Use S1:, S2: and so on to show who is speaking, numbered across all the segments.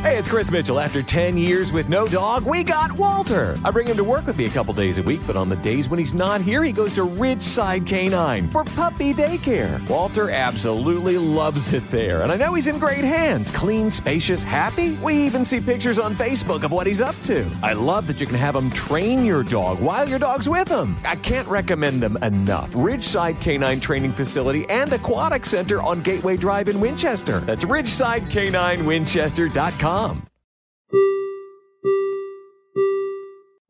S1: Hey, it's Chris Mitchell. After 10 years with no dog, we got Walter. I bring him to work with me a couple days a week, but on the days when he's not here, he goes to Ridgeside Canine for puppy daycare. Walter absolutely loves it there, and I know he's in great hands. Clean, spacious, happy. We even see pictures on Facebook of what he's up to. I love that you can have him train your dog while your dog's with him. I can't recommend them enough. Ridgeside Canine Training Facility and Aquatic Center on Gateway Drive in Winchester. That's ridgesidecaninewinchester.com.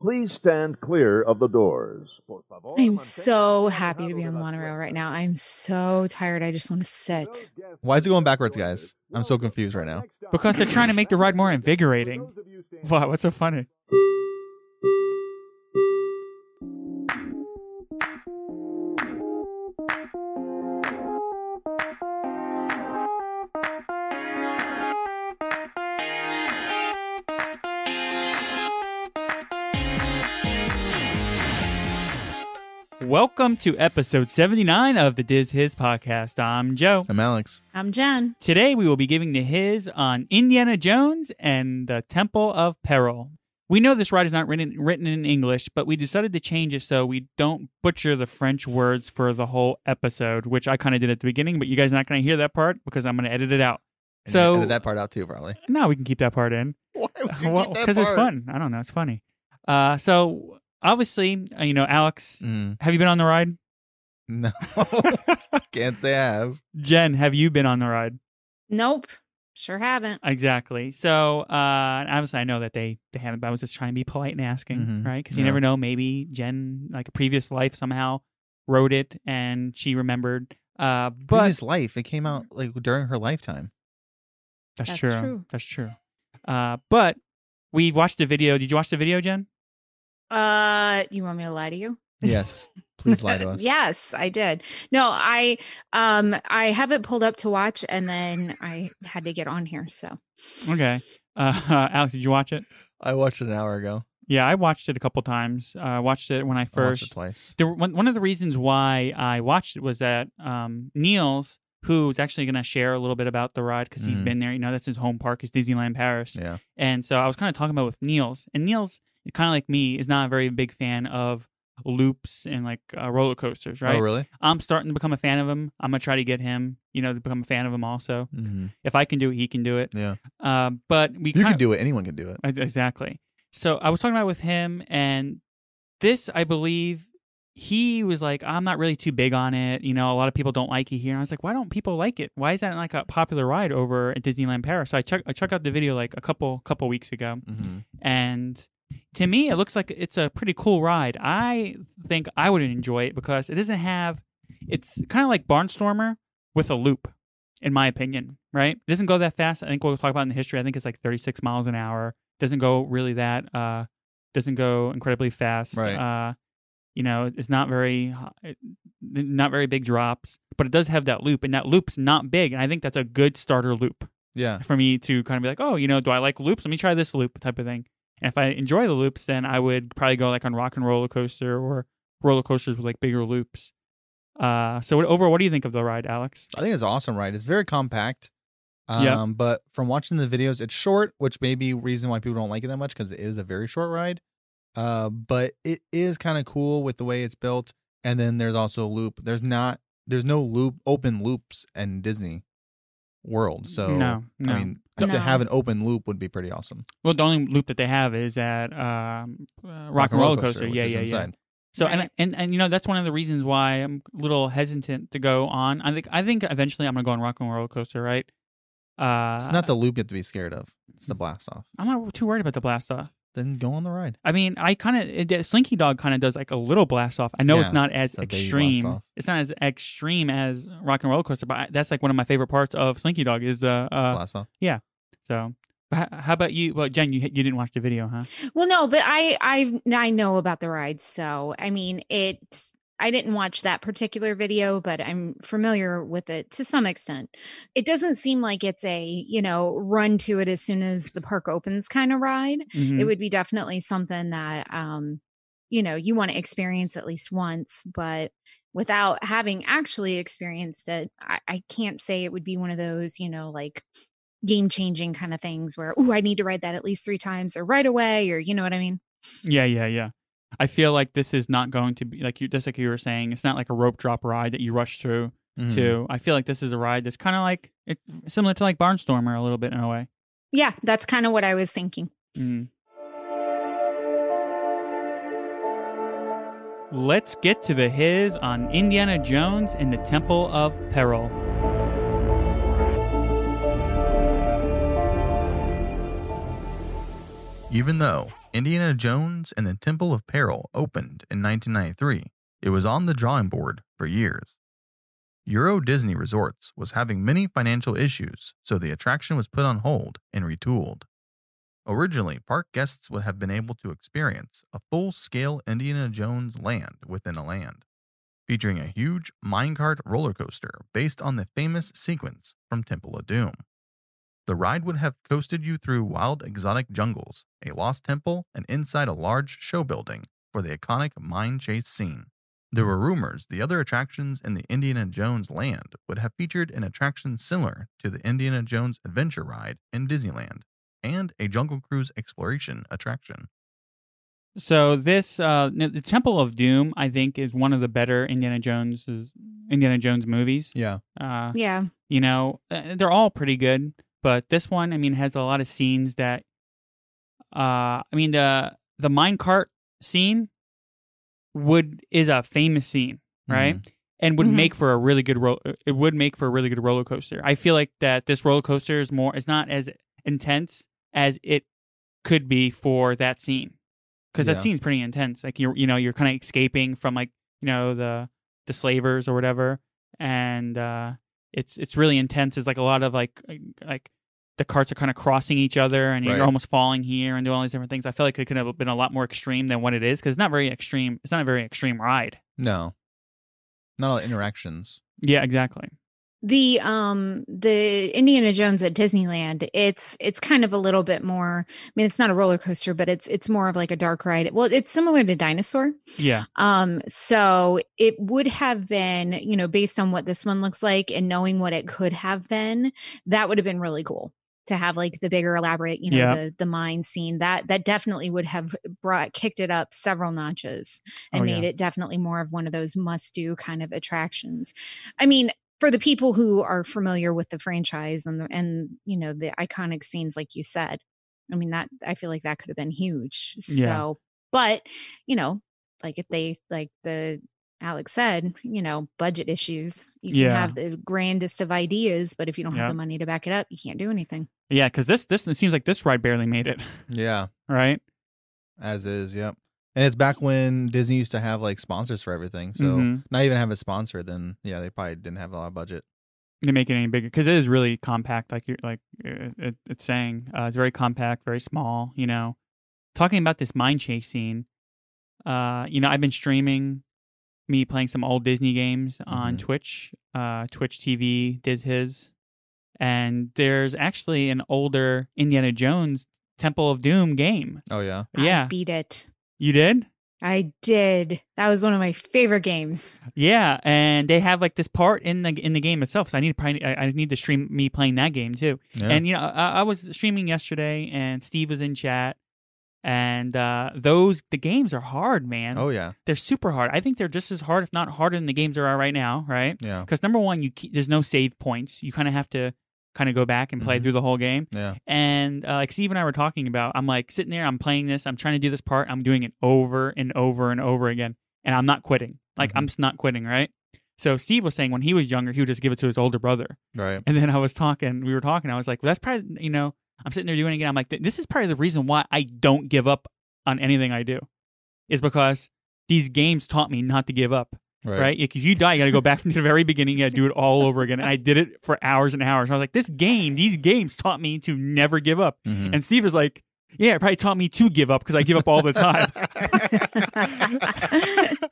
S2: Please stand clear of the doors.
S3: Oh, I'm so happy to be on the monorail right now. I'm so tired. I just want to sit.
S4: Why is it going backwards, guys? I'm so confused right now.
S5: Because they're trying to make the ride more invigorating. Wow, what's so funny? Welcome to episode 79 of the Diz His podcast. I'm Joe.
S4: I'm Alex.
S3: I'm Jen.
S5: Today we will be giving the his on Indiana Jones and the Temple of Peril. We know this ride is not written, written in English, but we decided to change it so we don't butcher the French words for the whole episode, which I kind of did at the beginning, but you guys are not going to hear that part because I'm going to edit it out.
S4: And
S5: So-
S4: edit that part out too, probably.
S5: No, we can keep that part in.
S4: Why would you keep that
S5: Because it's
S4: part?
S5: fun. I don't know. It's funny. Uh, so, obviously, uh, you know, Alex,
S4: Mm,
S5: have you been on the ride?
S4: no, can't say I have.
S5: Jen, have you been on the ride?
S3: Nope. Sure haven't.
S5: Exactly. So uh, and obviously, I know that they they haven't. But I was just trying to be polite and asking,
S4: Mhm.
S5: right? Because you
S4: Yeah.
S5: never know. Maybe Jen, like a previous life, somehow wrote it and she remembered. Uh, but
S4: But his life, it came out like during her lifetime.
S5: that's,
S3: That's
S5: true.
S3: true.
S5: That's true. Uh, but we watched the video. Did you watch the video, Jen?
S3: Uh, you want me to lie to you?
S4: Yes, please lie to us.
S3: yes, I did. No, I um I have it pulled up to watch and then I had to get on here, so.
S5: Okay. Uh, Alex, did you watch it?
S4: I watched it an hour ago.
S5: Yeah, I watched it a couple times. Uh, I watched it when I
S4: I watched it
S5: first
S4: twice.
S5: there, one, one of the reasons why I watched it was that um, Niels, who's actually going to share a little bit about the ride because he's
S4: Mhm.
S5: been there, you know, that's his home park is Disneyland Paris.
S4: Yeah, Oh,
S5: And so I was kind of talking about with Niels, and Niels, kind of like me, is not a very big fan of loops and like uh, roller coasters, right?
S4: Oh, really?
S5: I'm starting to become a fan of him. I'm going to try to get him, you know, to become a fan of him also.
S4: hmm
S5: If I can do it, he can do it.
S4: Yeah,
S5: Uh, but we
S4: you
S5: kinda-
S4: can do it. Anyone can do it.
S5: Ex- e-, Exactly. So I was talking about with him, and this, I believe, he was like, I'm not really too big on it. You know, a lot of people don't like it here. And I was like, why don't people like it? Why is that like a popular ride over at Disneyland Paris? So I check I checked out the video like a couple couple weeks ago,
S4: hmm
S5: and to me, it looks like it's a pretty cool ride. I think I would enjoy it because it doesn't have. It's kind of like Barnstormer with a loop, in my opinion. Right? It doesn't go that fast. I think we'll talk about in the history. I think it's like 36 miles an hour. Doesn't go really that. Uh, doesn't go incredibly fast.
S4: Right.
S5: Uh, you know, it's not very, h- not very big drops, but it does have that loop, and that loop's not big, and I think that's a good starter loop
S4: Yeah,
S5: for me to kind of be like, oh, you know, do I like loops? Let me try this loop type of thing. And if I enjoy the loops, then I would probably go like on Rock and Roller Coaster or roller coasters with like bigger loops. Uh, so what, overall, what do you think of the ride, Alex?
S4: I think it's an awesome ride. It's very compact. Um,
S5: Yeah.
S4: But from watching the videos, it's short, which may be reason why people don't like it that much because it is a very short ride. Uh, but it is kind of cool with the way it's built. And then there's also a loop. There's not. There's no loop open loops in Disney World. So
S5: no, no.
S4: I mean, to
S3: No.
S4: have an open loop would be pretty awesome.
S5: well, the only loop that they have is at um, uh, Rock, and Roller Coaster.
S4: which
S5: yeah,
S4: is
S5: yeah, yeah.
S4: inside.
S5: So and,
S3: Right.
S5: and and you know that's one of the reasons why I'm a little hesitant to go on. I think I think eventually I'm gonna go on Rock and Roller Coaster, right? Uh, mm.
S4: It's not the loop you have to be scared of. It's the blast off.
S5: I'm not too worried about the blast off.
S4: Then go on the ride.
S5: I mean, I kind of Slinky Dog kind of does like a little blast off. I know it's
S4: Yeah,
S5: not as
S4: it's a baby blast
S5: extreme.
S4: off.
S5: It's not as extreme as Rock and Roller Coaster, but I, that's like one of my favorite parts of Slinky Dog is the uh,
S4: blast off.
S5: so. But h- how about you? Well, Jen, you you didn't watch the video, huh?
S3: Well, no, but I I I know about the ride, so I mean it. I didn't watch that particular video, but I'm familiar with it to some extent. It doesn't seem like it's a you know run to it as soon as the park opens kind of ride.
S5: Mhm.
S3: It would be definitely something that um you know you want to experience at least once, but without having actually experienced it, I, I can't say it would be one of those you know like game changing kind of things where, oh, I need to ride that at least three times or right away or you know what I mean?
S5: Yeah, yeah, yeah. I feel like this is not going to be like you just like you were saying, it's not like a rope drop ride that you rush through
S4: Mhm.
S5: to. I feel like this is a ride that's kind of like it's similar to like Barnstormer a little bit in a way.
S3: Yeah, that's kind of what I was thinking.
S5: Mm. Let's get to the his on Indiana Jones and the Temple of Peril.
S4: Even though Indiana Jones and the Temple of Peril opened in 1993, it was on the drawing board for years. Euro Disney Resorts was having many financial issues, so the attraction was put on hold and retooled. Originally, park guests would have been able to experience a full scale Indiana Jones land within a land, featuring a huge minecart roller coaster based on the famous sequence from Temple of Doom. The ride would have coasted you through wild exotic jungles, a lost temple, and inside a large show building for the iconic mine chase scene. There were rumors the other attractions in the Indiana Jones land would have featured an attraction similar to the Indiana Jones Adventure Ride in Disneyland and a Jungle Cruise exploration attraction.
S5: So this uh, n- the Temple of Doom, I think, is one of the better Indiana Jones Indiana Jones movies.
S4: Yeah.
S5: Uh,
S3: Yeah.
S5: you know uh, they're all pretty good but this one i mean has a lot of scenes that uh i mean the the minecart scene would is a famous scene right
S4: Mm-hmm.
S5: and would
S3: Mhm.
S5: make for a really good ro- uh, it would make for a really good roller coaster i feel like that this roller coaster is more it's not as intense as it could be for that scene because
S4: Yeah.
S5: that scene's pretty intense like you're you know you're kind of escaping from like you know the the slavers or whatever and uh it's it's really intense it's like a lot of like uh, like the carts are kind of crossing each other and
S4: Right.
S5: you're almost falling here and doing all these different things i feel like it could have been a lot more extreme than what it is because it's not very extreme it's not a very extreme ride
S4: Mm-hmm. No. Not all interactions.
S5: yeah exactly
S3: the um the Indiana Jones at Disneyland it's it's kind of a little bit more I mean it's not a roller coaster but it's it's more of like a dark ride well it's similar to Dinosaur
S5: yeah
S3: um so it would have been you know based on what this one looks like and knowing what it could have been that would have been really cool to have like the bigger elaborate you know
S5: Yeah.
S3: the the mine scene that that definitely would have brought kicked it up several notches and
S5: Oh, yeah.
S3: made it definitely more of one of those must do kind of attractions i mean for the people who are familiar with the franchise and the, and you know the iconic scenes like you said i mean that i feel like that could have been huge so
S5: Yeah.
S3: but you know like if they like the alex said you know budget issues you can
S5: Yeah.
S3: have the grandest of ideas but if you don't
S5: Yeah.
S3: have the money to back it up you can't do anything
S5: yeah because this this it seems like this ride barely made it
S4: Yeah.
S5: right
S4: As is, yep. And it's back when Disney used to have like sponsors for everything. So
S5: Mhm.
S4: not even have a sponsor, then yeah, they probably didn't have a lot of budget.
S5: to make it any bigger because it is really compact like you're like uh, it, it's saying uh, it's very compact very small you know talking about this mind chase scene uh you know i've been streaming me playing some old disney games on
S4: Mhm.
S5: twitch uh twitch tv diz his and there's actually an older indiana jones temple of doom game
S4: Oh yeah.
S3: I
S5: yeah
S3: beat it
S5: you did
S3: i did that was one of my favorite games
S5: Yeah, and they have like this part in the in the game itself. So I need to probably, I, I need to stream me playing that game too.
S4: Yeah.
S5: And you know, I, I was streaming yesterday, and Steve was in chat, and uh those the games are hard, man.
S4: oh yeah.
S5: They're super hard. I think they're just as hard, if not harder, than the games there are right now. Right?
S4: Yeah.
S5: Because number one, you keep, there's no save points. You kind of have to kind of go back and play
S4: Mhm.
S5: through the whole game.
S4: Yeah.
S5: And uh, like Steve and I were talking about, I'm like sitting there, I'm playing this, I'm trying to do this part, I'm doing it over and over and over again, and I'm not quitting. Like I'm just not quitting, right? So Steve was saying when he was younger, he would just give it to his older brother.
S4: Right.
S5: And then I was talking, we were talking, I was like, well, that's probably, you know, I'm sitting there doing it again. I'm like, "Th- this is probably the reason why I don't give up on anything I do, is because these games taught me not to give up
S4: Right.
S5: right? Like, if you die, you got to go back from the very beginning. You got to do it all over again. And I did it for hours and hours. I was like, this game, these games taught me to never give up.
S4: Mhm.
S5: And Steve is like, yeah, it probably taught me to give up because I give up all the time.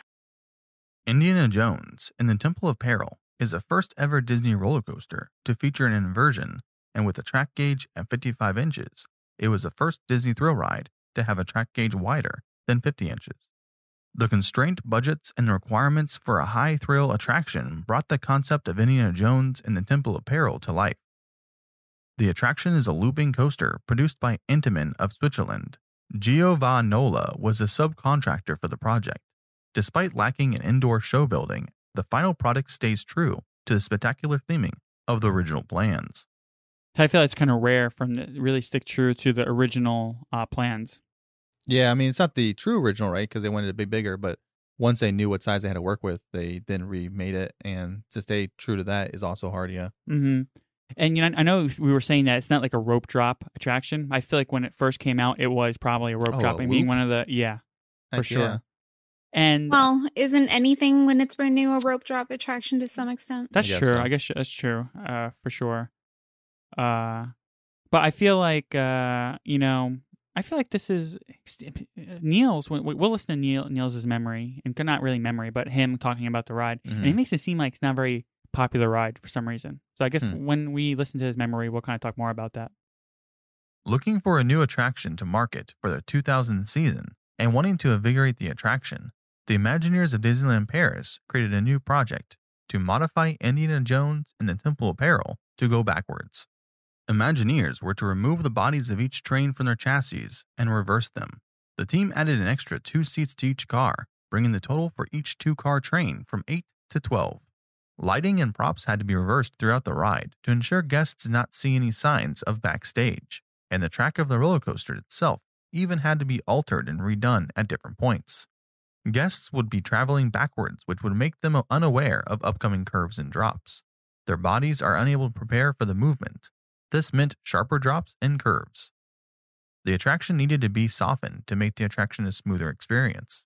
S4: Indiana Jones and the Temple of Peril is the first ever Disney roller coaster to feature an inversion, and with a track gauge at 55 inches, it was the first Disney thrill ride to have a track gauge wider than 50 inches. The constraint budgets and requirements for a high thrill attraction brought the concept of Indiana Jones and the Temple of Peril to life. The attraction is a looping coaster produced by Intamin of Switzerland. Giovanola was a subcontractor for the project. Despite lacking an indoor show building, the final product stays true to the spectacular theming of the original plans.
S5: I feel it's kind of rare from the, really stick true to the original uh, plans.
S4: Yeah, I mean it's not the true original, right? Because they wanted it to be bigger, but once they knew what size they had to work with, they then remade it, and to stay true to that is also hard. Yeah,
S5: hmm And you know, I know we were saying that it's not like a rope drop attraction. I feel like when it first came out, it was probably a rope
S4: Oh, a
S5: drop and being
S4: loop?
S5: one of the yeah for
S4: Heck
S5: sure.
S4: yeah.
S5: And
S3: Well, isn't anything when it's brand new a rope drop attraction to some extent?
S4: I
S5: That's
S4: guess
S5: true.
S4: so.
S5: I guess that's true. Uh, for sure. Uh, but I feel like uh, you know, I feel like this is uh, Neil's. When we'll listen to Neil Neil's memory, and not really memory, but him talking about the ride, and it
S4: Mhm.
S5: makes it seem like it's not a very popular ride for some reason. So I guess
S4: Hmm.
S5: when we listen to his memory, we'll kind of talk more about that.
S4: Looking for a new attraction to market for the 2000 season and wanting to invigorate the attraction, the Imagineers of Disneyland Paris created a new project to modify Indiana Jones and the Temple of Peril to go backwards. Imagineers were to remove the bodies of each train from their chassis and reverse them. The team added an extra two seats to each car, bringing the total for each two car train from 8 to 12. Lighting and props had to be reversed throughout the ride to ensure guests did not see any signs of backstage and the track of the roller coaster itself even had to be altered and redone at different points. Guests would be traveling backwards, which would make them unaware of upcoming curves and drops. Their bodies are unable to prepare for the movement. This meant sharper drops and curves. The attraction needed to be softened to make the attraction a smoother experience.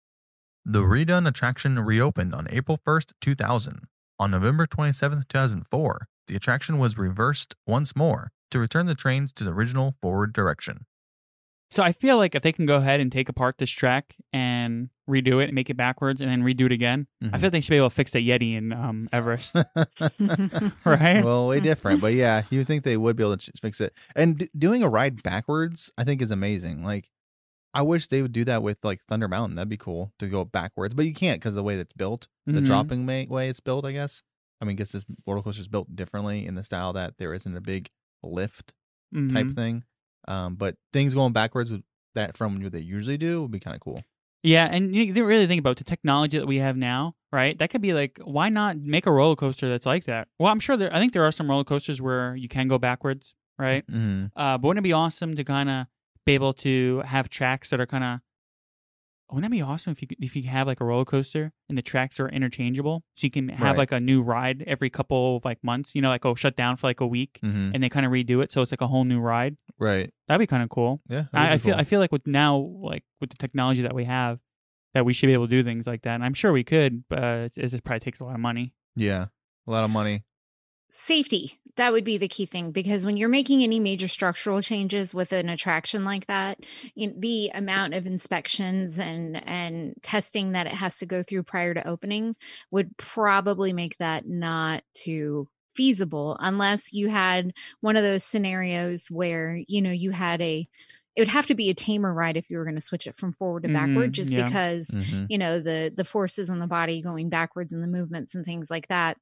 S4: The redone attraction reopened on April 1st, 2000. On November 27th, 2004, the attraction was reversed once more to return the trains to the original forward direction.
S5: So I feel like if they can go ahead and take apart this track and redo it and make it backwards and then redo it again,
S4: Mm-hmm.
S5: I feel they should be able to fix that Yeti in um, Everest, right?
S4: well, way different, but yeah, you would think they would be able to ch- fix it. And d- doing a ride backwards, I think, is amazing. Like, I wish they would do that with like Thunder Mountain. That'd be cool to go backwards, but you can't because the way that's built, the
S5: Mhm.
S4: dropping may- way it's built, I guess. I mean, I guess this roller coaster is built differently in the style that there isn't a big lift type
S5: Mhm.
S4: thing. Um, but things going backwards with that from what they usually do would be kind of cool.
S5: Yeah, and you didn't really think about the technology that we have now, right? That could be like, why not make a roller coaster that's like that? Well, I'm sure there. I think there are some roller coasters where you can go backwards, right?
S4: Mm-hmm.
S5: Uh, but wouldn't it be awesome to kind of be able to have tracks that are kind of? Wouldn't that be awesome if you could- if you have like a roller coaster and the tracks are interchangeable, so you can have
S4: Right.
S5: like a new ride every couple of like months? You know, like oh, shut down for like a week,
S4: Mm-hmm.
S5: and they kind of redo it, so it's like a whole new ride.
S4: Right.
S5: That'd be kind of cool.
S4: Yeah.
S5: I, I feel I feel like with now like with the technology that we have, that we should be able to do things like that. And I'm sure we could, but uh, it just probably takes a lot of money.
S4: yeah. A lot of money.
S3: Safety. That would be the key thing because when you're making any major structural changes with an attraction like that, you- the amount of inspections and and testing that it has to go through prior to opening would probably make that not too feasible unless you had one of those scenarios where, you know, you had a it would have to be a tamer ride if you were going to switch it from forward to
S5: Mhm,
S3: backward just
S5: yeah.
S3: because
S4: Mm-hmm.
S3: you know the the forces on the body going backwards and the movements and things like that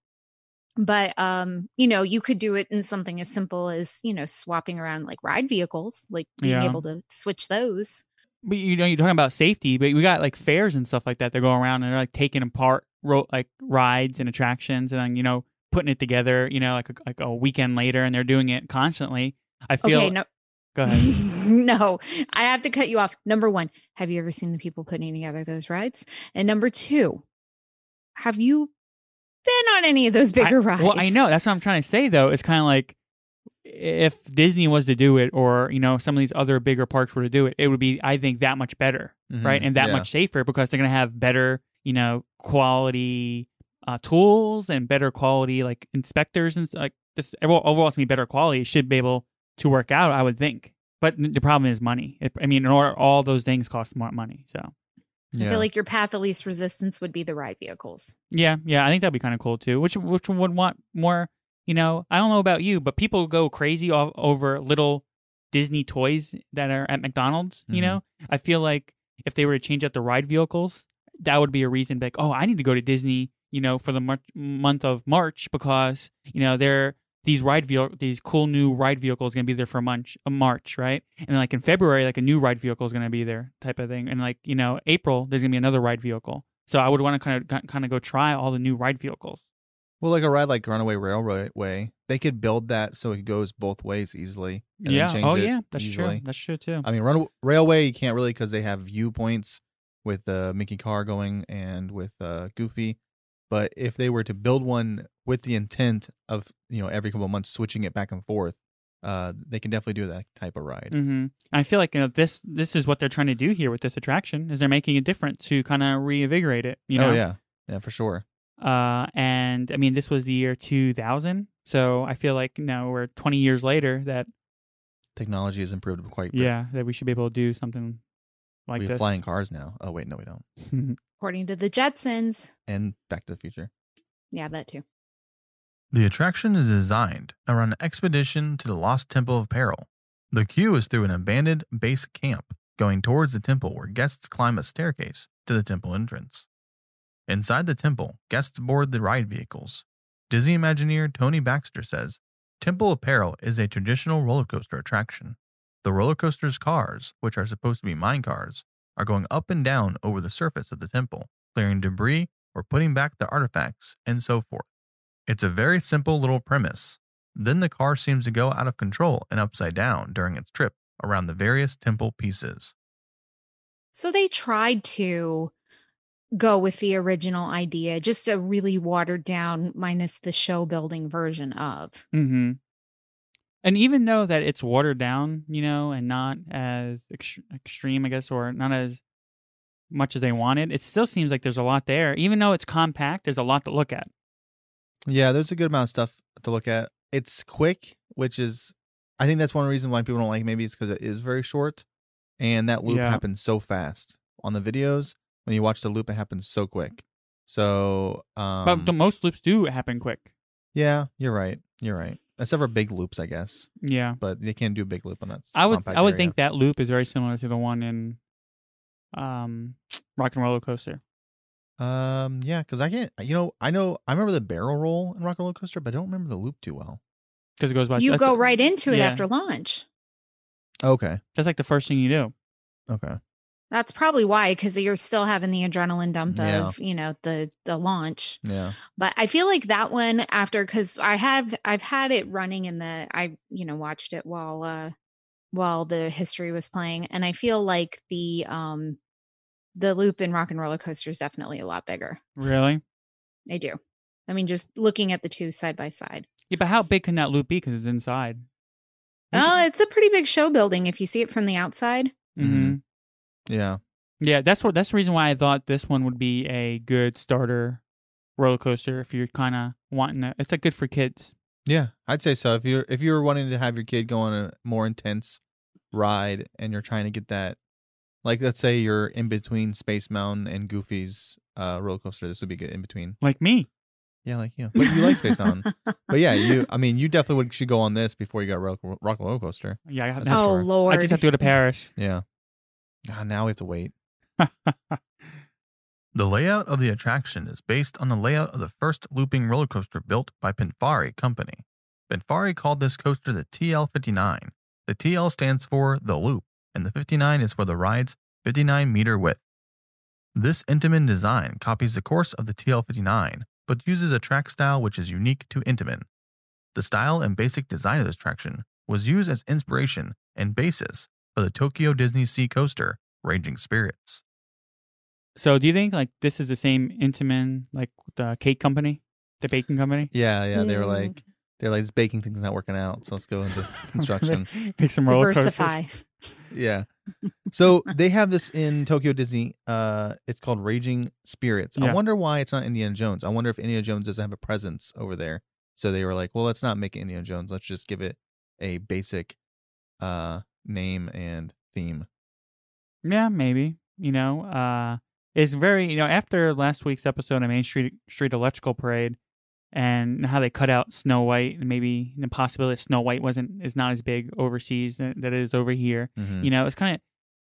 S3: but um you know you could do it in something as simple as you know swapping around like ride vehicles like being
S5: Yeah.
S3: able to switch those
S5: But you know, you're talking about safety, but we got like fairs and stuff like that. They're going around and they're like taking apart ro- like rides and attractions, and then you know putting it together. You know, like a, like a weekend later, and they're doing it constantly. I feel.
S3: okay no
S5: Go ahead.
S3: no i have to cut you off number one have you ever seen the people putting together those rides and number two have you been on any of those bigger
S5: I-
S3: rides
S5: Well, I know that's what I'm trying to say though. It's kind of like if Disney was to do it, or you know, some of these other bigger parks were to do it, it would be, I think, that much better, right,
S4: mm-hmm.
S5: and that much safer because they're gonna have better, you know, quality uh, tools and better quality like inspectors and s- like this. Overall, overall, it's gonna be better quality. It should be able to work out, I would think. But th- the problem is money. If, I mean, in order, all those things cost more money. So
S3: i feel like your path of least resistance would be the ride vehicles
S5: yeah, yeah, I think that'd be kind of cool too. Which which one would want more? You know, I don't know about you, but people go crazy all, over little Disney toys that are at McDonald's. You
S4: Mhm.
S5: know, I feel like if they were to change out the ride vehicles, that would be a reason. Like, oh, I need to go to Disney. You know, for the mar- month of March because you know they're these ride vehicle, these cool new ride vehicle is going to be there for a month, a March, right? And like in February, like a new ride vehicle is going to be there, type of thing. And like you know, April, there's going to be another ride vehicle. So I would want to kind of kind of go try all the new ride vehicles.
S4: Well, like a ride like Runaway Railway, they could build that so it goes both ways easily. and then
S5: yeah.
S4: change
S5: Oh
S4: it
S5: yeah, that's
S4: easily.
S5: true. That's true too.
S4: I mean, run, Railway you can't really because they have viewpoints with uh, Mickey Carr going and with uh, Goofy. But if they were to build one with the intent of you know every couple of months switching it back and forth, uh, they can definitely do that type of ride.
S5: hmm I feel like you know, this this is what they're trying to do here with this attraction is they're making it different to kind of reinvigorate it. You know.
S4: Oh yeah, yeah for sure.
S5: Uh, and I mean, this was the year 2000, so I feel like now we're 20 years later that
S4: Technology has improved quite. br-
S5: yeah that we should be able to do something like
S4: we have
S5: this.
S4: flying cars now. Oh wait, no, we don't.
S3: According to the Jetsons.
S4: And Back to the Future.
S3: Yeah, that too.
S6: The attraction is designed around an expedition to the Lost Temple of Peril. The queue is through an abandoned base camp going towards the temple where guests climb a staircase to the temple entrance. Inside the temple, guests board the ride vehicles. Disney Imagineer Tony Baxter says Temple of Peril is a traditional roller coaster attraction. The roller coaster's cars, which are supposed to be mine cars, are going up and down over the surface of the temple, clearing debris or putting back the artifacts, and so forth. It's a very simple little premise. Then the car seems to go out of control and upside down during its trip around the various temple pieces.
S3: So they tried to go with the original idea, just a really watered down, minus the show building version of.
S5: hmm And even though that it's watered down, you know, and not as ex- extreme, I guess, or not as much as they wanted, it still seems like there's a lot there. Even though it's compact, there's a lot to look at.
S4: Yeah, there's a good amount of stuff to look at. It's quick, which is, I think that's one reason why people don't like. it. Maybe it's because it is very short, and that loop
S5: Yeah.
S4: happens so fast on the videos. When you watch the loop, it happens so quick. So, um,
S5: but the, most loops do happen quick.
S4: yeah, you're right. You're right. Except for big loops, I guess.
S5: Yeah.
S4: But they can't do a big loop on that.
S5: I would
S4: compact
S5: I would
S4: area.
S5: think that loop is very similar to the one in um Rock and Roller Coaster.
S4: Um, yeah, because I can't. You know, I know. I remember the barrel roll in Rock and Roller Coaster, but I don't remember the loop too well.
S5: Because it goes by
S3: you
S5: that's
S3: go
S5: the-
S3: right into it
S5: yeah.
S3: after lunch.
S4: Okay.
S5: That's like the first thing you do.
S4: Okay.
S3: That's probably why, because you're still having the adrenaline dump
S4: Yeah.
S3: of, you know, the the launch.
S4: Yeah.
S3: But I feel like that one after, because I have I've had it running in the I you know watched it while uh while the history was playing, and I feel like the um the loop in Rock and Roller Coaster is definitely a lot bigger.
S5: Really?
S3: I do. I mean, just looking at the two side by side.
S5: Yeah, but how big can that loop be? Because it's inside.
S3: Oh, it's a pretty big show building if you see it from the outside.
S5: Mm-hmm.
S4: Mhm. Yeah.
S5: Yeah, that's what that's the reason why I thought this one would be a good starter roller coaster if you're kind of wanting to. It's like good for kids.
S4: Yeah, I'd say so. If you're if you're wanting to have your kid go on a more intense ride and you're trying to get that, like let's say you're in between Space Mountain and Goofy's uh, roller coaster, this would be good in between.
S5: Like me.
S4: Yeah, like you, but you like Space Mountain. But yeah, you. I mean, you definitely would, should go on this before you got rock, rock roller coaster.
S5: Yeah, I, have
S4: That's
S5: to,
S3: oh
S4: far. I just
S3: lord.
S5: I just have to go to Paris.
S4: Yeah. Ah, now we have to wait.
S6: The layout of the attraction is based on the layout of the first looping roller coaster built by Pinfari Company. Pinfari called this coaster the TL59. The TL stands for the loop, and the 59 is for the ride's 59 meter width. This Intamin design copies the course of the TL59, but uses a track style which is unique to Intamin. The style and basic design of this attraction was used as inspiration and basis for the Tokyo Disney Sea coaster, Raging Spirits.
S5: So, do you think like this is the same Intamin, like the cake company, the baking company?
S4: Yeah, yeah. They were
S3: Mm.
S4: like, they're like, this baking thing's not working out, so let's go into construction.
S5: Make some roller
S3: diversify.
S5: coasters.
S4: Yeah. So they have this in Tokyo Disney. Uh, it's called Raging Spirits. I
S5: Yeah.
S4: wonder why it's not Indiana Jones. I wonder if Indiana Jones doesn't have a presence over there. So they were like, well, let's not make it Indiana Jones. Let's just give it a basic uh name and theme.
S5: Yeah, maybe. You know, uh, it's very you know after last week's episode of Main Street Street Electrical Parade and how they cut out Snow White and maybe the possibility that Snow White wasn't is not as big overseas tha- that it is over here.
S4: Mhm.
S3: Mm-hmm.
S5: You know, it's kind of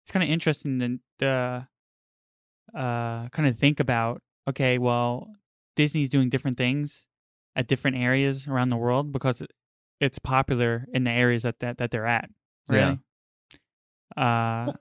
S5: it's kind of interesting to, to uh, kind of think about. Okay, well, Disney's doing different things at different areas around the world because it's popular in the areas that that, that they're at. Really. Uh,
S3: Well,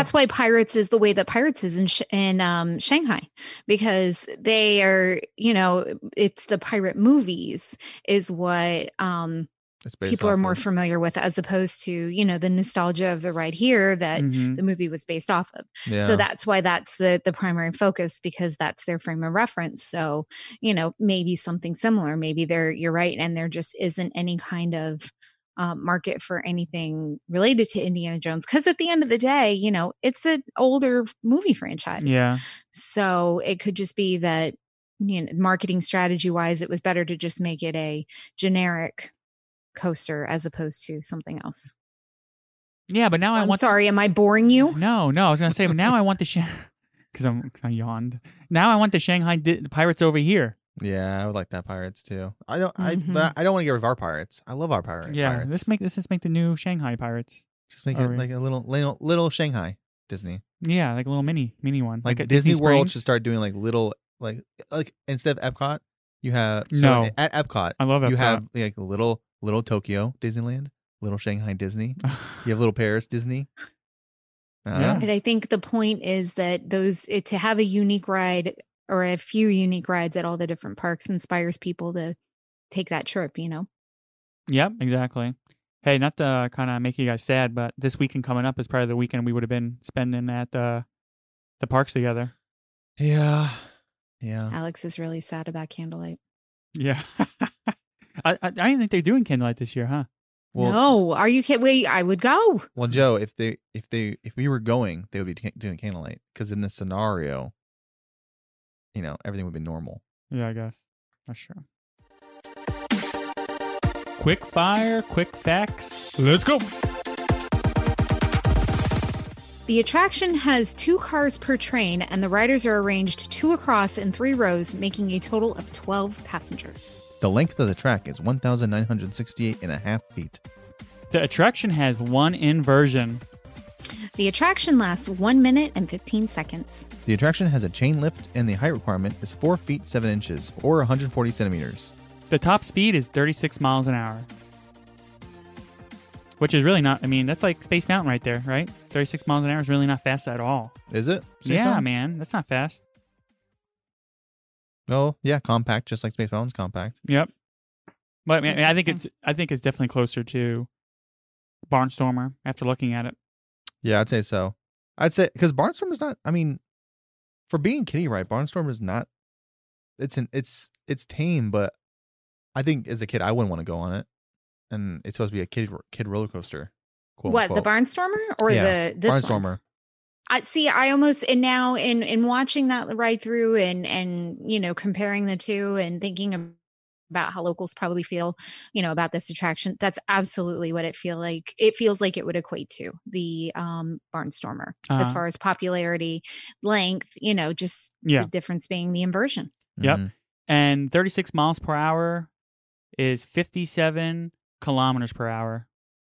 S3: That's why Pirates is the way that Pirates is in Sh- in um, Shanghai because they are, you know, it's the pirate movies is what um,
S4: It's based
S3: people are
S4: off
S3: more
S4: of-
S3: familiar with as opposed to, you know, the nostalgia of the ride here that
S5: mhm.
S3: the movie was based off of.
S4: Yeah.
S3: So that's why that's the the primary focus because that's their frame of reference. So, you know, maybe something similar. Maybe they're you're right, and there just isn't any kind of uh, market for anything related to Indiana Jones because at the end of the day, you know, it's an older movie franchise.
S5: Yeah.
S3: So it could just be that you know, marketing strategy wise, it was better to just make it a generic coaster as opposed to something else.
S5: Yeah, but now I
S3: I'm
S5: want.
S3: sorry, am I boring you?
S5: No, no, I was gonna say, but now I want the Shanghai because I'm I yawned. Now I want the Shanghai di- the Pirates over here.
S4: yeah, I would like that pirates too. I don't. I
S3: Mhm.
S4: but I don't want to get rid of our pirates. I love our pirate,
S5: Mm-hmm. yeah,
S4: pirates.
S5: let's make let's just make the new Shanghai Pirates.
S4: just make
S5: Oh,
S4: it
S5: yeah.
S4: like a little little little Shanghai Disney.
S5: Yeah, like a little mini mini one,
S4: Like,
S5: at
S4: Disney, World
S5: Springs.
S4: should start doing like little like like instead of Epcot, you have so
S5: No.
S4: at Epcot
S5: I love it.
S4: you have like little little Tokyo Disneyland, little Shanghai Disney. You have little Paris Disney. Uh,
S5: Yeah.
S3: And I think the point is that those it, to have a unique ride or a few unique rides at all the different parks inspires people to take that trip, you know.
S5: Yep, exactly. Hey, not to kind of make you guys sad, but this weekend coming up is probably the weekend we would have been spending at the the parks together.
S4: Yeah. Yeah.
S3: Alex is really sad about candlelight.
S5: Yeah. I, I I didn't think they're doing candlelight this year, huh?
S4: Well,
S3: no, are you kidding? Wait, I would go.
S4: well, Joe, if they if they if we were going, they would be ca- doing candlelight because in this scenario, you know, everything would be normal.
S5: Yeah, I guess. Not sure. Quick fire, quick facts. Let's go.
S3: The attraction has two cars per train, and the riders are arranged two across in three rows, making a total of 12 passengers.
S4: The length of the track is 1,968 and a half feet.
S5: The attraction has one inversion.
S3: The attraction lasts 1 minute and 15 seconds.
S4: The attraction has a chain lift, and the height requirement is 4 feet 7 inches or 140 centimeters.
S5: The top speed is 36 miles an hour. Which is really not, I mean, that's like Space Mountain right there, right? 36 miles an hour is really not fast at all.
S4: Is it? Space
S5: yeah,
S4: Mountain?
S5: man. That's not fast.
S4: Oh, yeah, compact, just like Space Mountain's compact.
S5: Yep. But I, mean, I think it's
S3: Interesting.
S5: I think it's definitely closer to Barnstormer after looking at it.
S4: Yeah, I'd say so. I'd say because Barnstorm is not. I mean, for being kiddie ride, Barnstorm is not. It's an it's it's tame, but I think as a kid I wouldn't want to go on it, and it's supposed to be a kid kid roller coaster. Quote,
S3: what,
S4: unquote.
S3: the Barnstormer or
S4: Yeah,
S3: the this one?
S4: Barnstormer?
S3: I see. I almost and now in in watching that ride through and and you know comparing the two and thinking ab- about how locals probably feel, you know, about this attraction. That's absolutely what it feel like. It feels like it would equate to the um Barnstormer as
S5: Uh-huh.
S3: far as popularity, length. You know, just
S5: Yeah.
S3: the difference being the inversion.
S5: Yep.
S4: Mhm.
S5: And 36 miles per hour is 57 kilometers per hour.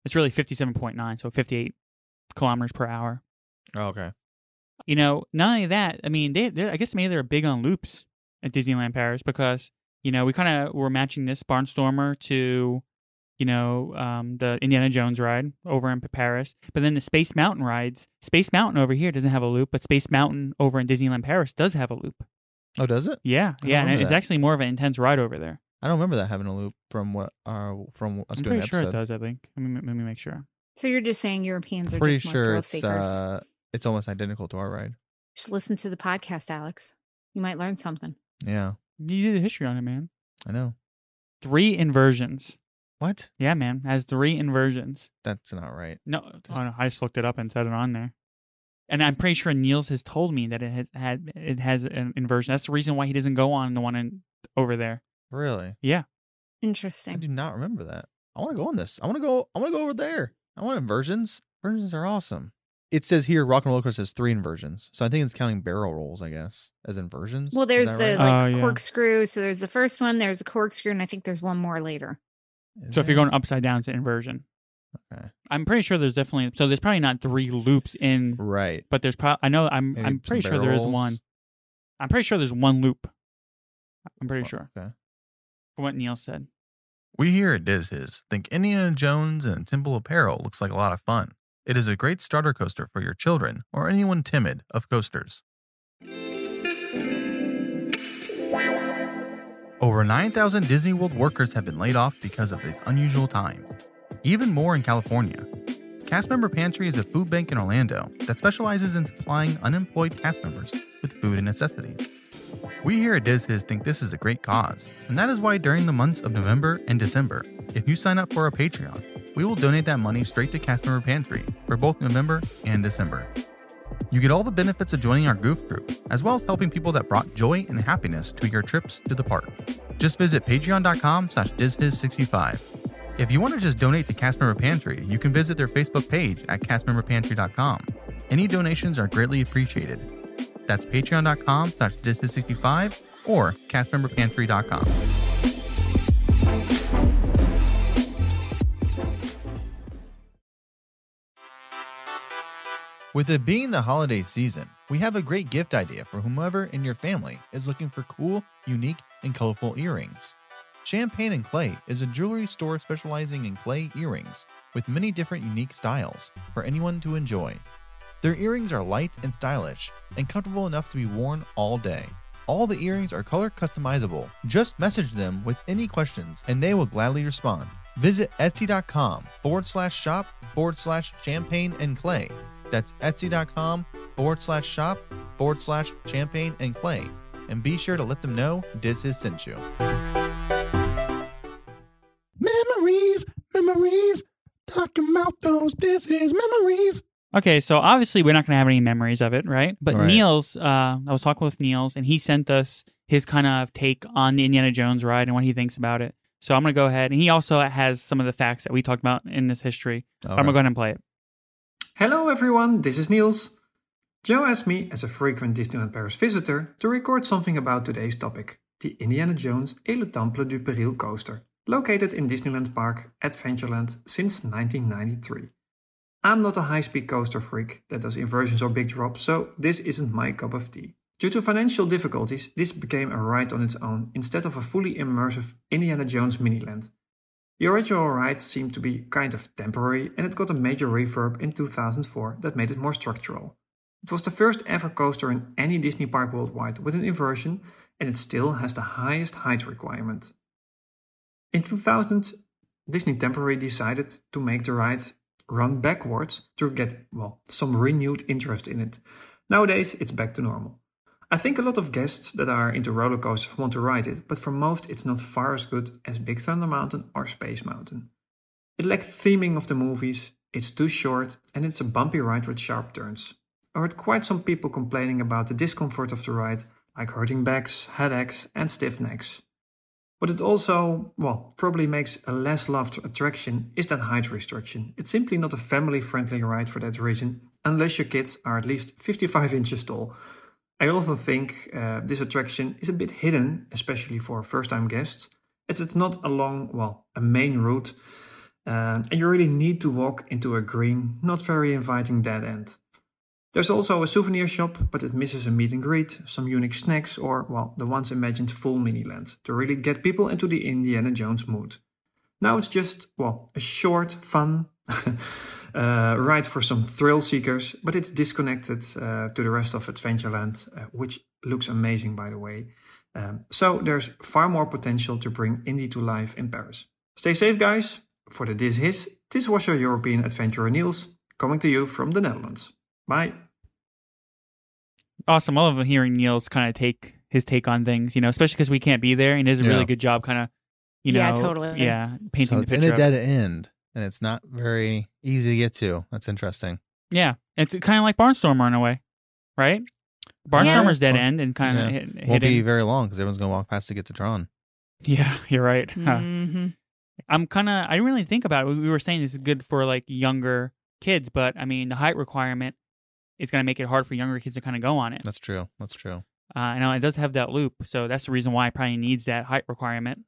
S5: It's really 57.9, so 58 kilometers per hour.
S4: Oh, okay.
S5: You know, not only that, I mean, they, they I guess maybe they're big on loops at Disneyland Paris because you know we kind of were matching this Barnstormer to you know um, the Indiana Jones ride over in Paris, but then the Space Mountain rides. Space Mountain over here doesn't have a loop, but Space Mountain over in Disneyland Paris does have a loop.
S4: Oh, does it?
S5: Yeah,
S4: I
S5: yeah, and
S4: remember
S5: it's
S4: that.
S5: actually more of an intense ride over there.
S4: I don't remember that having a loop from what uh from us
S5: I'm
S4: doing
S5: pretty
S4: the
S5: sure
S4: episode.
S5: it does. I think. Let me, let me make sure.
S3: So you're just saying Europeans are
S4: Pretty
S3: just more
S4: sure
S3: thrill
S4: it's
S3: seekers.
S4: uh it's almost identical to our ride.
S3: just listen to the podcast, Alex. You might learn something.
S4: Yeah,
S5: You did a history on it, man.
S4: I know.
S5: Three inversions.
S4: What?
S5: Yeah, man, has three inversions.
S4: That's not right.
S5: No, oh, no, I just looked it up and said it on there. And I'm pretty sure Niels has told me that it has had it has an inversion. That's the reason why he doesn't go on the one in, over there.
S4: Really? I
S3: Interesting.
S4: do not remember that. I want to go on this. I want to go. I want to go over there. I want inversions. Inversions are awesome. It says here rock and roller coaster has three inversions, so I think it's counting barrel rolls, I guess, as inversions.
S3: Well,
S4: Is
S3: there's
S4: that
S3: the
S4: right?
S5: Oh,
S3: like
S5: yeah.
S3: corkscrew. So there's the first one. There's a corkscrew, and I think there's one more later.
S4: Is
S5: Uh, So if you're
S4: there?
S5: going upside down, it's an inversion.
S4: Okay.
S5: I'm pretty sure there's definitely so there's probably not three loops in,
S4: right,
S5: but there's probably I know I'm
S4: Maybe
S5: I'm
S4: some
S5: pretty sure
S4: barrel
S5: there is
S4: rolls.
S5: one. I'm pretty sure there's one loop. I'm pretty
S4: Oh,
S5: sure
S4: Okay.
S5: from what Neil said.
S6: We here at Diz His think Indiana Jones and Temple of Peril looks like a lot of fun. It is a great starter coaster for your children or anyone timid of coasters. Over 9,000 Disney World workers have been laid off because of these unusual times. Even more in California. Cast Member Pantry is a food bank in Orlando that specializes in supplying unemployed cast members with food and necessities. We here at Diz His think this is a great cause, and that is why during the months of November and December, if you sign up for our Patreon, we will donate that money straight to Cast Member Pantry for both November and December. You get all the benefits of joining our Goof Group, as well as helping people that brought joy and happiness to your trips to the park. Just visit patreon.com slash dishiz65. If you want to just donate to Cast Member Pantry, you can visit their Facebook page at castmemberpantry.com. Any donations are greatly appreciated. That's patreon.com slash dishiz65 or castmemberpantry.com.
S4: With it being the holiday season, we have a great gift idea for whomever in your family is looking for cool, unique, and colorful earrings. Champagne and Clay is a jewelry store specializing in clay earrings with many different unique styles for anyone to enjoy. Their earrings are light and stylish and comfortable enough to be worn all day. All the earrings are color customizable. Just message them with any questions and they will gladly respond. Visit etsy.com forward slash shop forward slash champagne and clay. That's etsy.com forward slash shop forward slash champagne and clay. And be sure to let them know Diz has sent you.
S6: Memories, memories, talking about those this is memories.
S5: Okay, so obviously we're not going to have any memories of it, right? But
S4: Right.
S5: Niels, uh, I was talking with Niels, and he sent us his kind of take on the Indiana Jones ride and what he thinks about it. So I'm going to go ahead, and he also has some of the facts that we talked about in this history. But I'm going to go ahead and play it.
S7: Hello everyone, this is Niels. Joe asked me, as a frequent Disneyland Paris visitor, to record something about today's topic the Indiana Jones et le Temple du Péril coaster, located in Disneyland Park, Adventureland, since 1993. I'm not a high speed coaster freak that does inversions or big drops, so this isn't my cup of tea. Due to financial difficulties, this became a ride on its own instead of a fully immersive Indiana Jones Miniland. The original ride seemed to be kind of temporary, and it got a major reverb in 2004 that made it more structural. It was the first ever coaster in any Disney park worldwide with an inversion, and it still has the highest height requirement. In 2000, Disney temporarily decided to make the ride run backwards to get, well, some renewed interest in it. Nowadays, it's back to normal. I think a lot of guests that are into roller coasters want to ride it, but for most, it's not far as good as Big Thunder Mountain or Space Mountain. It lacks theming of the movies, it's too short, and it's a bumpy ride with sharp turns. I heard quite some people complaining about the discomfort of the ride, like hurting backs, headaches, and stiff necks. What it also, well, probably makes a less loved attraction is that height restriction. It's simply not a family friendly ride for that reason, unless your kids are at least 55 inches tall. I also think uh, this attraction is a bit hidden, especially for first time guests, as it's not along, well, a main route, um, and you really need to walk into a green, not very inviting dead end. There's also a souvenir shop, but it misses a meet and greet, some unique snacks, or, well, the once imagined full Miniland to really get people into the Indiana Jones mood. Now it's just, well, a short, fun uh, ride for some thrill seekers, but it's disconnected uh, to the rest of Adventureland, uh, which looks amazing, by the way. Um, so there's far more potential to bring Indy to life in Paris. Stay safe, guys. For the This His, this was your European adventurer Niels, coming to you from the Netherlands. Bye.
S5: Awesome. I love hearing Niels kind of take his take on things, you know, especially because we can't be there, and he does a
S4: Yeah.
S5: really good job kind of, you know,
S3: Yeah, totally.
S5: yeah, painting
S4: so
S5: the
S4: it's
S5: picture.
S4: in
S5: of
S4: a
S5: it.
S4: dead end, and it's not very easy to get to. That's interesting.
S5: Yeah, it's kind of like Barnstormer in a way, right? Barnstormer's dead
S4: Yeah.
S5: end and kind of
S4: Yeah.
S5: hidden.
S4: Won't be very long because everyone's gonna walk past to get to Tron.
S5: Yeah, you're right. Huh.
S3: Mhm.
S5: I'm kind of. I didn't really think about it. We we were saying this is good for like younger kids, but I mean the height requirement is going to make it hard for younger kids to kind of go on it.
S4: That's true. That's true.
S5: Uh, I know it does have that loop, so that's the reason why it probably needs that height requirement.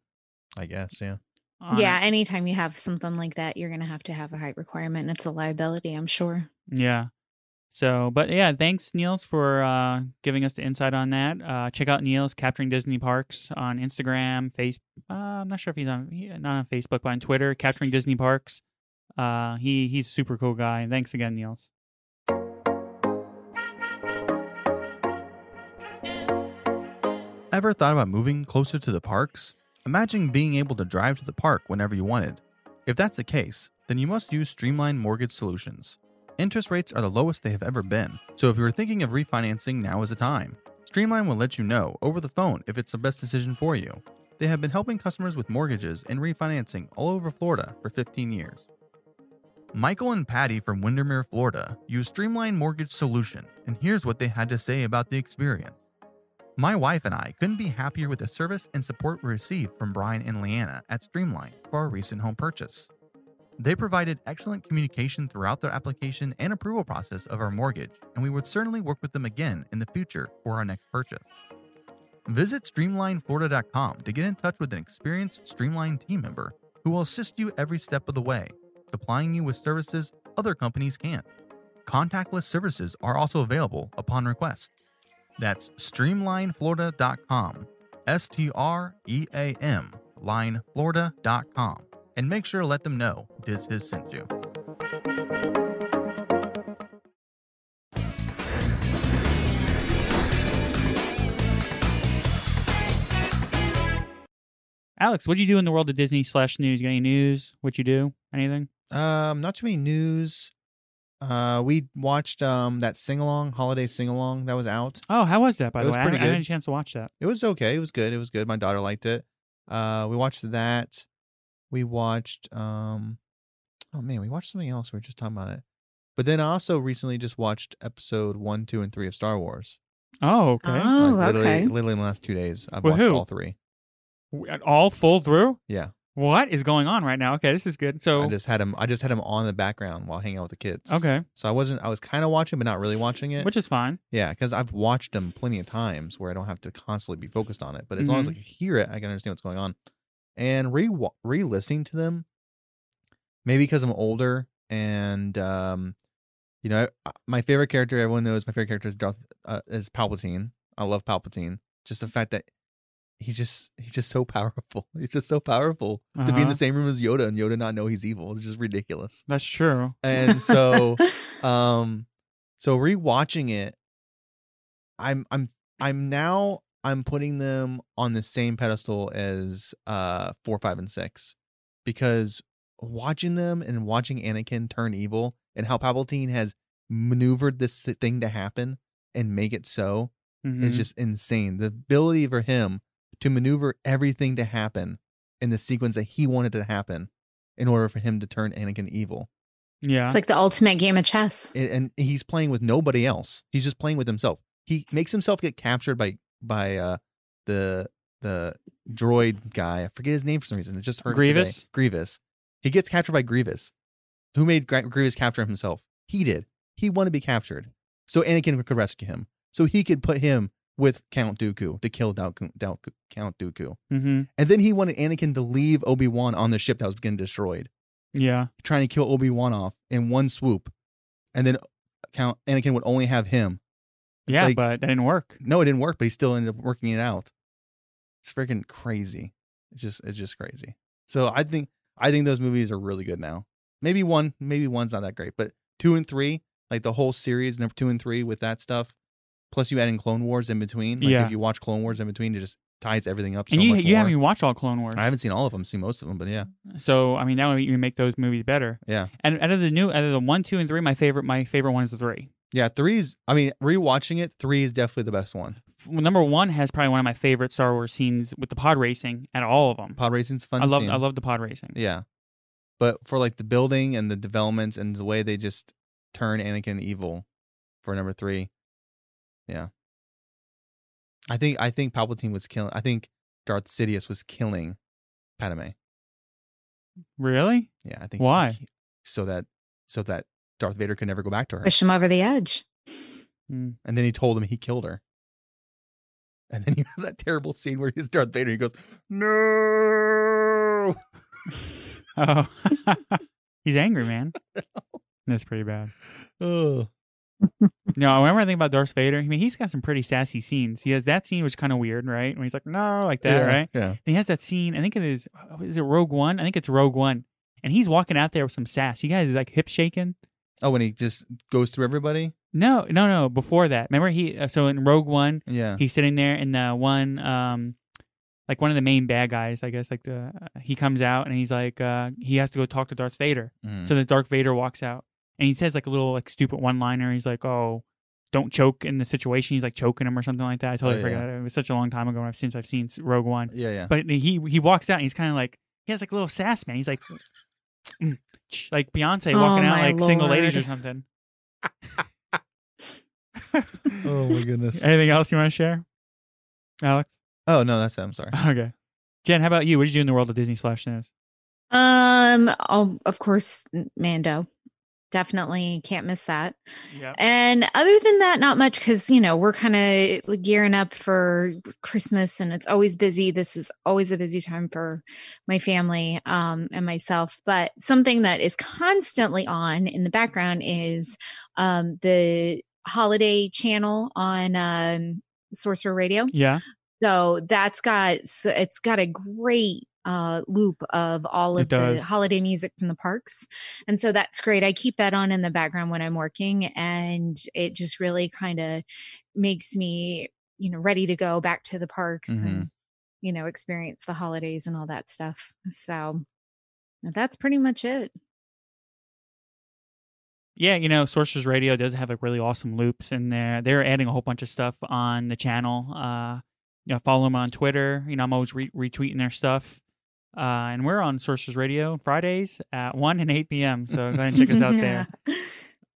S4: I guess. Yeah.
S5: on
S3: Yeah,
S5: it.
S3: anytime you have something like that, you're going to have to have a height requirement and it's a liability, I'm sure.
S5: yeah. So, but yeah, thanks Niels for uh, giving us the insight on that. Uh, check out Niels capturing Disney parks on Instagram, Facebook. Uh, I'm not sure if he's on he- not on Facebook, but on Twitter, capturing Disney parks. Uh, he he's a super cool guy. And thanks again, Niels.
S6: Ever thought about moving closer to the parks? Imagine being able to drive to the park whenever you wanted. If that's the case, then you must use Streamline Mortgage Solutions. Interest rates are the lowest they have ever been, so if you're thinking of refinancing, now is the time. Streamline will let you know over the phone if it's the best decision for you. They have been helping customers with mortgages and refinancing all over Florida for 15 years. Michael and Patty from Windermere, Florida use Streamline Mortgage Solution, and here's what they had to say about the experience. My wife and I couldn't be happier with the service and support we received from Brian and Leanna at Streamline for our recent home purchase. They provided excellent communication throughout their application and approval process of our mortgage, and we would certainly work with them again in the future for our next purchase. Visit streamlineflorida.com to get in touch with an experienced Streamline team member who will assist you every step of the way, supplying you with services other companies can't. Contactless services are also available upon request. That's streamlineflorida.com. S T R E A M, lineflorida.com. And make sure to let them know Diz has sent you.
S5: Alex, what'd you do in the world of Disney slash news? You got any news? What you do? Anything?
S4: Um, not too many news. Uh, we watched um that sing along holiday sing along that was out.
S5: Oh, how was that? By
S4: It
S5: the
S4: was
S5: way, I
S4: pretty
S5: haven't- I
S4: good.
S5: didn't have a chance to watch that.
S4: It was okay. It was good. It was good. My daughter liked it. Uh, we watched that. We watched um, oh man, we watched something else. We were just talking about it. But then I also recently just watched episode one, two, and three of Star Wars.
S5: Oh, okay.
S3: Oh,
S4: Like, literally,
S3: okay.
S4: Literally in the last two days, I've watched
S5: Woohoo.
S4: all three.
S5: W- uh, All full through.
S4: Yeah,
S5: What is going on right now? Okay, this is good.
S4: I
S5: So,
S4: just had them. I just had them on in the background while hanging out with the kids.
S5: okay,
S4: So I wasn't. I was kind of watching, but not really watching it.
S5: which is fine.
S4: Yeah, because I've watched them plenty of times where I don't have to constantly be focused on it. But as long as I can hear it, I can understand what's going on. And re re listening to them, maybe because I'm older and um, you know, I- my favorite character everyone knows my favorite character is Darth uh, is Palpatine. I love Palpatine. Just the fact that he's just he's just so powerful. He's just so powerful to be in
S5: Uh-huh.
S4: the same room as Yoda and Yoda not know he's evil. It's just ridiculous.
S5: That's true.
S4: And so um so rewatching it i'm i'm i'm now i'm putting them on the same pedestal as uh four five and six because watching them and watching anakin turn evil and how palpatine has maneuvered this thing to happen and make it so is
S5: Mhm.
S4: just insane the ability for him to maneuver everything to happen in the sequence that he wanted to happen in order for him to turn anakin evil
S5: yeah.
S3: It's like the ultimate game of chess.
S4: and, and he's playing with nobody else. He's just playing with himself. He makes himself get captured by by uh the the droid guy. I forget his name for some reason. It just hurt today.
S5: Grievous?
S4: Grievous. He gets captured by Grievous. Who made Gri- Grievous capture himself? He did. He wanted to be captured, so Anakin could rescue him. So he could put him with Count Dooku to kill Dooku, Dooku, Count Dooku.
S5: mm-hmm.
S4: And then he wanted Anakin to leave Obi Wan on the ship that was getting destroyed
S5: Yeah.
S4: trying to kill Obi Wan off in one swoop, and then Count Anakin would only have him.
S5: Yeah,
S4: like-
S5: but that didn't work.
S4: No, it didn't work, but he still ended up working it out. It's freaking crazy. It's just it's just crazy. So I think I think those movies are really good now. Maybe one, maybe one's not that great, but two and three, like the whole series, number two and three with that stuff. Plus, you add in Clone Wars in between. Like
S5: Yeah.
S4: if you watch Clone Wars in between, it just ties everything up. So
S5: And you
S4: much
S5: you haven't
S4: more.
S5: even watched all Clone Wars.
S4: I haven't seen all of them. Seen most of them, but yeah,
S5: So I mean that would even make those movies better.
S4: yeah.
S5: And out of the new out of the one, two, and three, my favorite my favorite one is the three.
S4: Yeah, three's. I mean, rewatching it, three is definitely the best one.
S5: F- Number one has probably one of my favorite Star Wars scenes with the pod racing at all of them.
S4: Pod racing's a fun.
S5: I love
S4: scene.
S5: I love the pod racing.
S4: Yeah, but for like the building and the developments and the way they just turn Anakin evil for number three. Yeah. I think I think Palpatine was killing. I think Darth Sidious was killing Padme.
S5: Really?
S4: Yeah, I think. he-
S5: Why?
S4: he- so that so that Darth Vader could never go back to her,
S3: Push him over the edge.
S5: Mm.
S4: and then he told him he killed her. And then you have that terrible scene where he's Darth Vader. He goes, "No."
S5: Oh. He's angry, man. That's pretty bad.
S4: Oh,
S5: No, whenever I think about Darth Vader, I mean, he's got some pretty sassy scenes. He has that scene, which is kind of weird, right? When he's like, no, like that,
S4: yeah,
S5: right?
S4: Yeah.
S5: And he has that scene. I think it is. oh, Is it Rogue One? I think it's Rogue One. And he's walking out there with some sass. He guys is like hip shaking.
S4: Oh, when he just goes through everybody.
S5: No, no, no. Before that, remember he. Uh, so in Rogue One,
S4: Yeah.
S5: he's sitting there, and the one, um, like one of the main bad guys, I guess. Like the he comes out, and he's like, uh, he has to go talk to Darth Vader.
S4: Mhm.
S5: So the Darth Vader walks out, and he says like a little like stupid one liner. He's like, oh. Don't choke in the situation. He's like choking him or something like that. I totally
S4: Oh, yeah.
S5: forgot. It was such a long time ago I've- since I've seen Rogue One.
S4: yeah, yeah.
S5: But he he walks out and he's kind of like he has like a little sass man. He's like mm, ch- like Beyonce
S3: Oh,
S5: walking out
S3: my
S5: like single ladies or
S3: lord.
S5: something.
S4: oh my goodness.
S5: Anything else you want to share, Alex?
S4: oh no, that's it. I'm sorry.
S5: Okay, Jen, how about you? What did you do in the world of Disney slash news?
S3: Um, oh, of course, n- Mando. Definitely can't miss that.
S5: Yeah,
S3: And other than that, not much because, you know, we're kind of gearing up for Christmas and it's always busy. This is always a busy time for my family um, and myself. But something that is constantly on in the background is um, the holiday channel on um, Sorcerer Radio.
S5: yeah.
S3: So that's got s- it's got a great uh, loop of all
S5: It
S3: of the
S5: does.
S3: holiday music from the parks, and so that's great. I keep that on in the background when I'm working, and it just really kind of makes me, you know, ready to go back to the parks
S5: Mm-hmm.
S3: and you know experience the holidays and all that stuff. So that's pretty much it.
S5: Yeah, you know, Sorcerer's Radio does have like really awesome loops in there. They're adding a whole bunch of stuff on the channel. Uh, you know, follow them on Twitter. You know, I'm always re- retweeting their stuff. Uh, and we're on Sorcerer's Radio Fridays at 1 and 8 p.m. So go ahead and check us out there.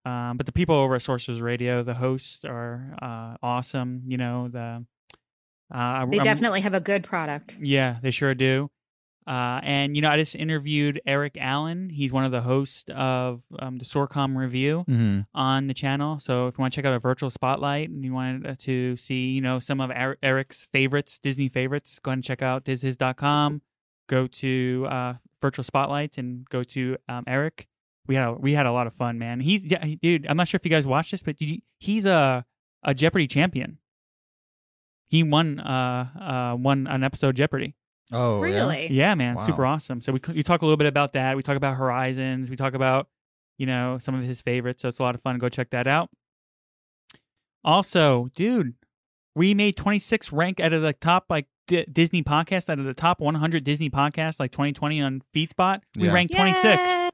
S3: Yeah.
S5: Um, but the people over at Sources Radio, the hosts are uh, awesome. You know the uh, I-
S3: They
S5: I'm-
S3: definitely have a good product.
S5: yeah they sure do. Uh, and you know I just interviewed Eric Allen. He's one of the hosts of um, the Sorcom Review
S4: Mhm.
S5: on the channel. So if you want to check out a virtual spotlight and you wanted uh, to see you know some of Eric- Eric's favorites, Disney favorites, go ahead and check out DisHis.com. Go to uh, virtual spotlights and go to um, Eric we had a, we had a lot of fun, man. He's yeah, he- dude. I'm not sure if you guys watched this, but did you, he's a a Jeopardy champion. He won uh uh won an episode of Jeopardy.
S4: Oh, yeah?
S3: really?
S5: Yeah, man, super
S4: Wow.
S5: awesome. So we c- we talk a little bit about that. We talk about Horizons. We talk about you know some of his favorites. So it's a lot of fun. Go check that out. Also, dude, we made 26 rank out of the top like D- Disney podcast out of the top 100 Disney podcasts like 2020 on FeedSpot. We
S4: Yeah.
S5: ranked 26.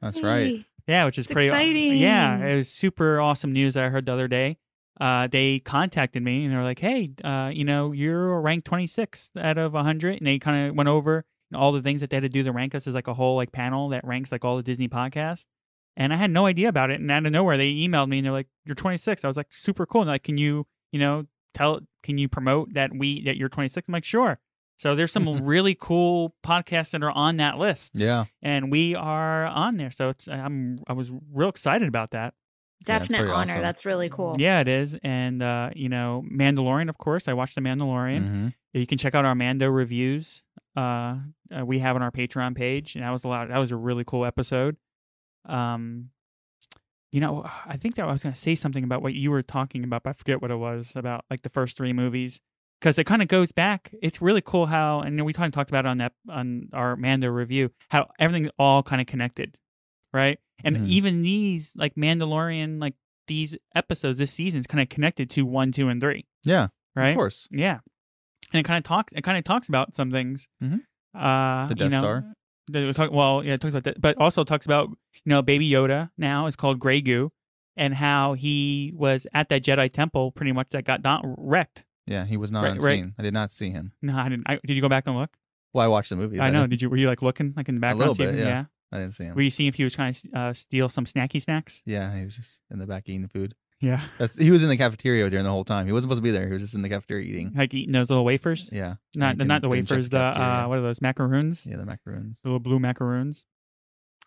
S4: That's right.
S3: Yay.
S5: Yeah, which is
S3: It's
S5: pretty Yeah,
S3: exciting.
S5: it was super awesome news that I heard the other day. Uh, they contacted me and they were like, "Hey, uh, you know, you're ranked 26th out of 100," and they kind of went over all the things that they had to do to rank us as like a whole like panel that ranks like all the Disney podcasts. And I had no idea about it, and out of nowhere they emailed me and they're like, "You're 26." I was like, "Super cool!" And they're like, can you, you know, tell, can you promote that we that you're 26? I'm like, "Sure." So there's some really cool podcasts that are on that list
S4: Yeah.
S5: and we are on there. So it's I'm I was real excited about that.
S4: Yeah, it's
S3: Definite
S4: pretty
S3: honor.
S4: awesome.
S3: That's really cool.
S5: Yeah, it is, and uh, you know, Mandalorian, of course. I watched the Mandalorian.
S4: Mhm.
S5: You can check out our Mando reviews. Uh, uh, we have on our Patreon page, and that was a lot. That was a really cool episode. Um, you know, I think that I was going to say something about what you were talking about, but I forget what it was about, like the first three movies, because it kind of goes back. It's really cool how, and we kind of talked about it on that on our Mando review, how everything's all kind of connected, right? And
S4: Mhm.
S5: even these, like Mandalorian, like these episodes this season is kind of connected to one, two, and three,
S4: Yeah.
S5: right?
S4: Of course.
S5: Yeah, and it kind of talks. It kind of talks about some things.
S4: Mhm.
S5: Uh,
S4: The
S5: you
S4: Death
S5: know,
S4: Star?
S5: the- talk- well, yeah, it talks about that, but also talks about you know Baby Yoda now is called Grey Goo, and how he was at that Jedi temple pretty much that got not wrecked.
S4: Yeah. He was not
S5: Right,
S4: on
S5: right.
S4: scene. I did not see him.
S5: No, I didn't. I, did you go back and look?
S4: Well, I watched the movie.
S5: I know. Did you? Were you like looking like in the background?
S4: little
S5: see if
S4: bit,
S5: you-
S4: yeah. I didn't see him.
S5: Were you seeing if he was trying to uh, steal some snacky snacks?
S4: yeah. He was just in the back eating the food.
S5: Yeah,
S4: That's he was in the cafeteria during the whole time. He wasn't supposed to be there. He was just in the cafeteria eating.
S5: like eating those little wafers.
S4: Yeah.
S5: Not
S4: Didn't-
S5: not the
S4: didn't check
S5: wafers. The
S4: cafeteria.
S5: uh, what are those macaroons?
S4: yeah, the macaroons.
S5: the little blue macaroons.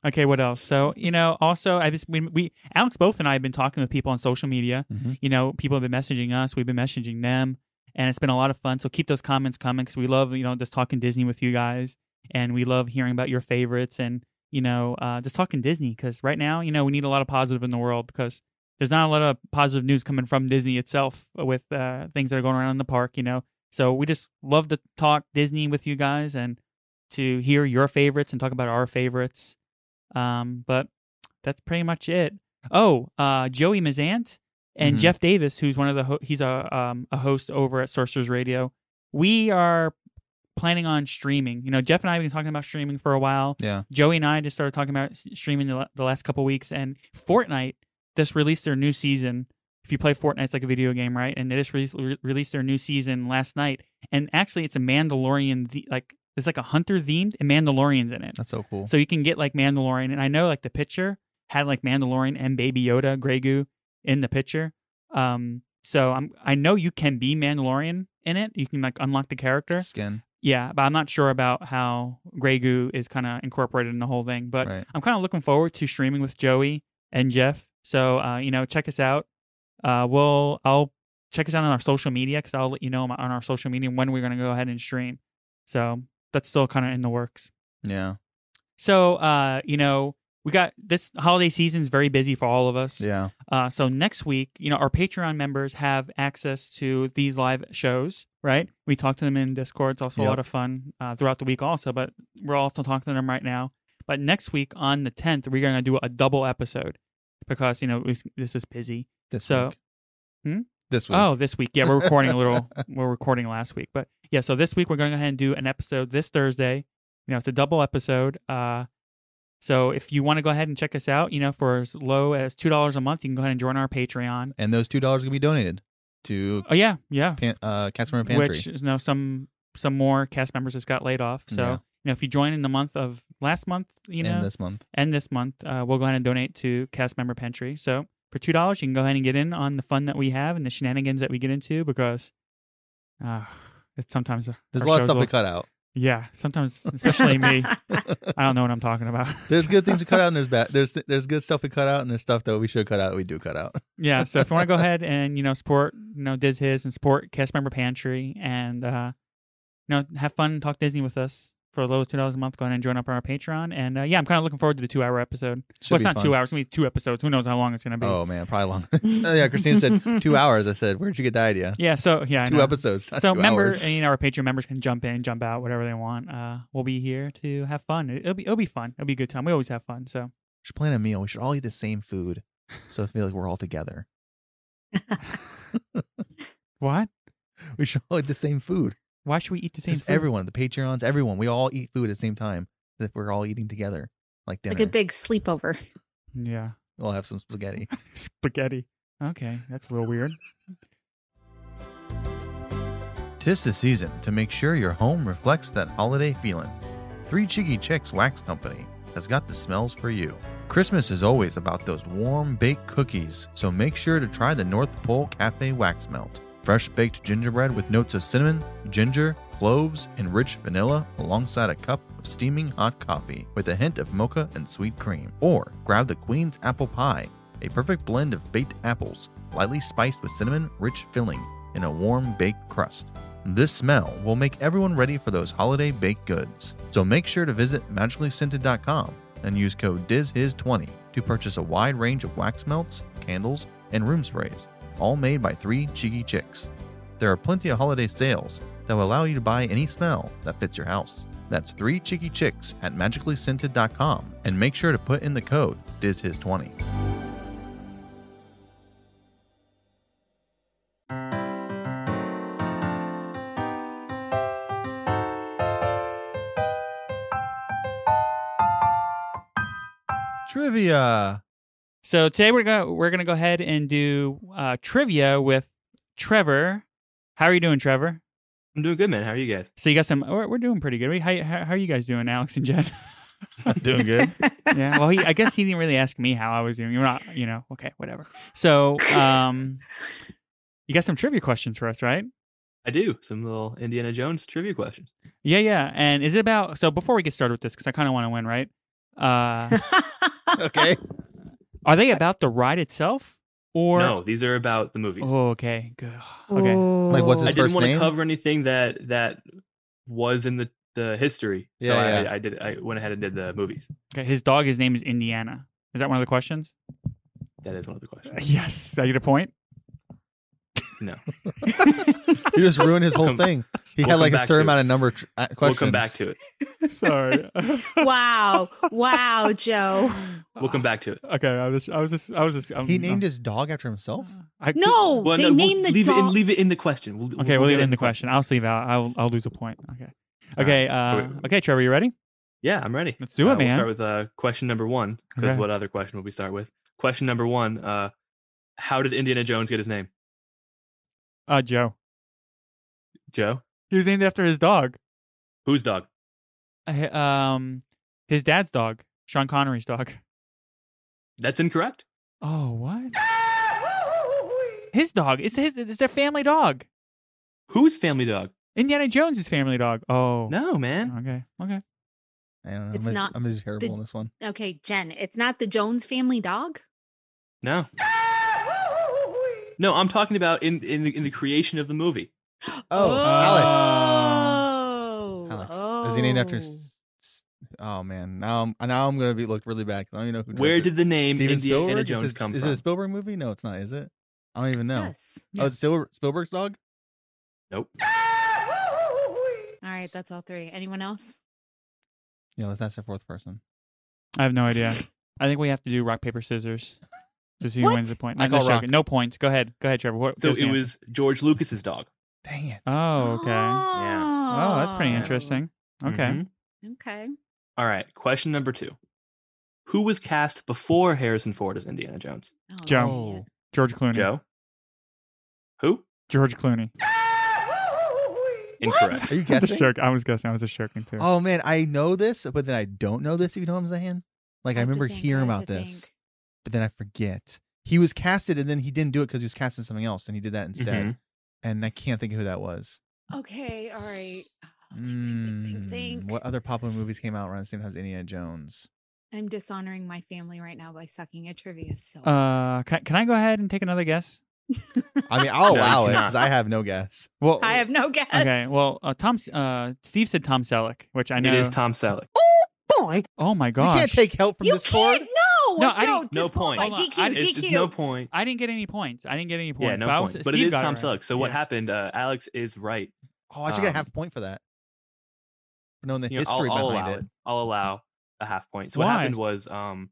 S5: Okay, what else? So you know, also I just we, we Alex both and I have been talking with people on social media.
S4: Mhm.
S5: You know, people have been messaging us, we've been messaging them, and it's been a lot of fun. So keep those comments coming because we love you know just talking Disney with you guys, and we love hearing about your favorites and you know uh, just talking Disney because right now you know we need a lot of positive in the world because there's not a lot of positive news coming from Disney itself with uh, things that are going around in the park, you know. So we just love to talk Disney with you guys and to hear your favorites and talk about our favorites. Um, but that's pretty much it. Oh, uh, Joey Mazant and
S6: Mhm.
S5: Jeff Davis, who's one of the ho- he's a um, a host over at Sorcerers Radio. We are planning on streaming. You know, Jeff and I have been talking about streaming for a while.
S4: Yeah.
S5: Joey and I just started talking about s- streaming the, la- the last couple weeks, and Fortnite just released their new season. If you play Fortnite, it's like a video game, right? And they just re- re- released their new season last night, and actually, it's a Mandalorian the- like it's like a hunter themed, and Mandalorian's in it.
S4: That's so cool.
S5: So you can get like Mandalorian, and I know like the picture had like Mandalorian and Baby Yoda, Grey Goo in the picture. Um, so I'm I know you can be Mandalorian in it. You can like unlock the character.
S4: Skin.
S5: Yeah, but I'm not sure about how Grey Goo is kind of incorporated in the whole thing. But
S4: Right.
S5: I'm kind of looking forward to streaming with Joey and Jeff. So uh, you know, check us out. Uh, we'll I'll check us out on our social media because I'll let you know on our social media when we're gonna go ahead and stream. So that's still kind of in the works.
S4: Yeah.
S5: So uh, you know, we got this holiday season's very busy for all of us.
S4: Yeah.
S5: Uh, so next week, you know, our Patreon members have access to these live shows, right? We talk to them in Discord. It's also a lot
S4: Yep.
S5: of fun uh, throughout the week, also. But we're also talking to them right now. But next week on the tenth, we're going to do a double episode because you know we, this is busy.
S4: This
S5: So-
S4: week.
S5: Hmm?
S4: This week.
S5: Oh, this week. Yeah, we're recording a little. we're recording last week, but yeah. So this week we're going to go ahead and do an episode this Thursday. You know, it's a double episode. Uh, so if you want to go ahead and check us out, you know, for as low as two dollars a month, you can go ahead and join our Patreon.
S4: And those two dollars can be donated to
S5: Oh yeah, yeah.
S4: pan, uh, Casimir Pantry.
S5: Which is no some some more cast members just got laid off. So
S4: Yeah.
S5: you know, if you join in the month of last month, you know,
S4: and this month.
S5: and this month, uh, we'll go ahead and donate to cast member pantry. So for two dollars, you can go ahead and get in on the fun that we have and the shenanigans that we get into because uh, it's sometimes
S4: There's
S5: our
S4: a lot of
S5: shows
S4: stuff
S5: will-
S4: we cut out.
S5: Yeah, sometimes, especially me, I don't know what I'm talking about.
S4: There's good things we cut out, and there's bad. There's there's good stuff we cut out, and there's stuff that we should cut out. We do cut out.
S5: yeah so if you want to go ahead and you know support you know diz his and support cast member pantry and uh you know have fun talk disney with us for a low two dollars a month go ahead and join up on our patreon and uh, yeah i'm kind of looking forward to the two hour episode
S4: Should
S5: well it's
S4: be
S5: not
S4: fun.
S5: two hours it's gonna be two episodes who knows how long it's gonna be
S4: Oh man, probably long. Oh, yeah, Christine said two hours. I said, where'd you get that idea?
S5: yeah so yeah I
S4: two
S5: know.
S4: episodes. not
S5: so
S4: two
S5: member
S4: hours.
S5: and you know our patreon members can jump in jump out whatever they want uh we'll be here to have fun It- it'll be it'll be fun it'll be a good time we always have fun so
S4: should plan a meal. We should all eat the same food, so it feels like we're all together.
S5: what
S4: We should all eat the same food.
S5: why should we eat the same
S4: Just
S5: food?
S4: everyone, the Patreons, everyone. We all eat food at the same time. That we're all eating together, like dinner.
S3: like a big sleepover.
S5: yeah
S4: we'll have some spaghetti.
S5: spaghetti okay that's a little weird
S6: Tis the season to make sure your home reflects that holiday feeling. Three Cheeky Chicks Wax Company has got the smells for you. Christmas is always about those warm baked cookies, so make sure to try the North Pole Cafe Wax Melt. Fresh baked gingerbread with notes of cinnamon, ginger, cloves, and rich vanilla alongside a cup of steaming hot coffee with a hint of mocha and sweet cream. Or grab the Queen's Apple Pie, a perfect blend of baked apples, lightly spiced with cinnamon, rich filling, and a warm baked crust. This smell will make everyone ready for those holiday baked goods. So make sure to visit magicallyscented.com and use code DIZHIS20 to purchase a wide range of wax melts, candles, and room sprays, all made by three cheeky chicks. There are plenty of holiday sales that will allow you to buy any smell that fits your house. That's three cheeky chicks at magicallyscented.com and make sure to put in the code DIZHIS20.
S4: Trivia.
S5: So today we're gonna we're gonna go ahead and do uh, trivia with Trevor. How are you doing, Trevor?
S8: I'm doing good, man. How are you guys?
S5: So you got some? We're, we're doing pretty good. We- How, how how are you guys doing, Alex and Jen?
S6: Doing good?
S5: yeah. Well, he I guess he didn't really ask me how I was doing. You're not, you know. Okay, whatever. So um, you got some trivia questions for us, right?
S8: I do. Some little Indiana Jones trivia questions.
S5: Yeah, yeah. And is it about? So before we get started with this, because I kind of want to win, right? Uh,
S4: Okay.
S5: are they about the ride itself or?
S8: no, these are about the movies.
S5: Oh, okay. Good. Okay.
S4: Like, what's
S8: I
S4: his
S8: didn't
S4: first
S8: want
S4: name?
S8: to cover anything that that was in the the history. So
S4: Yeah,
S8: I,
S4: yeah.
S8: I did. I went ahead and did the movies.
S5: Okay. His dog. His name is Indiana. Is that one of the questions?
S8: That is another question.
S5: Yes. I get a point.
S8: No.
S4: You just ruined his whole
S8: Come-
S4: thing. He
S8: We'll
S4: had
S8: come
S4: like a
S8: back
S4: certain
S8: to it.
S4: amount of number tr- uh, questions.
S8: We'll come back to it.
S5: Sorry.
S3: wow. Wow, Joe.
S8: We'll come back to it.
S5: Okay. I was. I was just. I was just. I'm,
S4: He named his dog after himself.
S5: I,
S3: No,
S8: Well,
S3: they
S8: no,
S3: named the
S8: we'll leave it in,
S3: dog.
S8: leave it in the question. We'll,
S5: Okay. We'll leave
S8: get
S5: it in the question. I'll just leave out. I'll. I'll lose a point. Okay. Okay.
S8: Alright.
S5: Uh, okay, Trevor. You ready?
S8: Yeah, I'm ready.
S5: Let's do it,
S8: Uh,
S5: man.
S8: We'll start with uh, question number one. Because
S5: Okay.
S8: what other question will we start with? Question number one. Uh, how did Indiana Jones get his name?
S5: Uh, Joe.
S8: Joe,
S5: He was named after his dog.
S8: whose dog?
S5: Uh, hi- Um, his dad's dog, Sean Connery's dog.
S8: That's incorrect.
S5: Oh, what? his dog. It's his. It's their family dog.
S8: Whose family dog?
S5: Indiana Jones' family dog. Oh.
S8: No, man.
S5: Okay. Okay.
S4: I don't know.
S3: It's
S4: I'm,
S3: not
S4: I'm just terrible
S3: the-
S4: on this one.
S3: Okay, Jen, it's not the Jones family dog.
S8: No. No, I'm talking about in in the, in the creation of the movie.
S4: Oh, Alex.
S3: Oh.
S4: Alex. Is he named after? s- s- Oh man, now I'm now I'm gonna be looked really bad. 'cause I don't even know who.
S8: Where
S4: directed
S8: did the
S4: it.
S8: name
S4: Steven
S8: Indiana
S4: Spielberg?
S8: Jones
S4: is it,
S8: come
S4: is
S8: from?
S4: it a Spielberg movie? No, it's not. Is it? I don't even know.
S3: Yes.
S4: Oh, it's still Spielberg's dog.
S8: nope.
S3: All right, that's all three. Anyone else?
S4: Yeah, let's ask the fourth person.
S5: I have no idea. I think we have to do rock paper scissors to see who wins
S3: What?
S5: the point.
S4: I
S5: I'm just
S4: call rock.
S5: joking. No points. Go ahead. Go ahead, Trevor. What,
S8: So
S5: give us
S8: it
S5: the
S8: was George Lucas's dog.
S4: Dang it.
S5: answer.
S8: Ah,
S5: Oh, okay. Oh, that's pretty interesting. Okay.
S8: Mhm.
S3: Okay.
S8: All right. Question number two. Who was cast before Harrison Ford as Indiana Jones?
S3: Oh,
S5: Joe.
S3: man.
S5: George Clooney.
S8: Joe. Who?
S5: George Clooney.
S8: Incorrect.
S4: Are you
S5: I'm just
S4: guessing?
S5: joking. I was guessing. I was just joking too.
S4: Oh man, I know this, but then I don't know this. If you know what I'm saying? Like I,
S3: have to
S4: remember
S3: think,
S4: hearing
S3: I have
S4: about
S3: to
S4: this,
S3: think.
S4: but then I forget. He was casted, and then he didn't do it because he was casted something else, and he did that instead.
S8: Mhm.
S4: And I can't think of who that was.
S3: Okay, all right. Oh, think, think,
S4: Mm,
S3: think, think, think.
S4: What other popular movies came out around the same time as Indiana Jones?
S3: I'm dishonoring my family right now by sucking at trivia. So
S5: Uh, can, can I go ahead and take another guess?
S4: I mean, I'll
S8: No, you
S4: allow it
S8: cannot.
S4: because I have no guess.
S5: Well,
S3: I have no guess.
S5: Okay. Well, uh, Tom. S- Uh, Steve said Tom Selleck, which I know.
S8: It is Tom Selleck.
S5: Oh my gosh.
S4: You can't take help from
S3: you
S4: this
S3: can't.
S4: Discord.
S3: No,
S5: No, I didn't-
S8: No
S3: disqualify.
S8: point.
S5: Hold on, I-
S3: DQ,
S8: It's,
S3: DQ.
S8: it's no point.
S5: I didn't get any points. I didn't get any points.
S8: yeah, no
S5: but I
S8: point.
S5: was-
S8: but it
S5: Steve
S8: is
S5: got
S8: Tom
S5: right.
S8: Selleck. So what
S5: Yeah.
S8: happened? Uh, Alex is right.
S4: Oh, I should get
S8: Um,
S4: half a point for that. For knowing the
S8: You know, I'll,
S4: history
S8: I'll
S4: behind
S8: allow
S4: it.
S8: it. I'll allow a half point. So what
S5: Why?
S8: happened was um,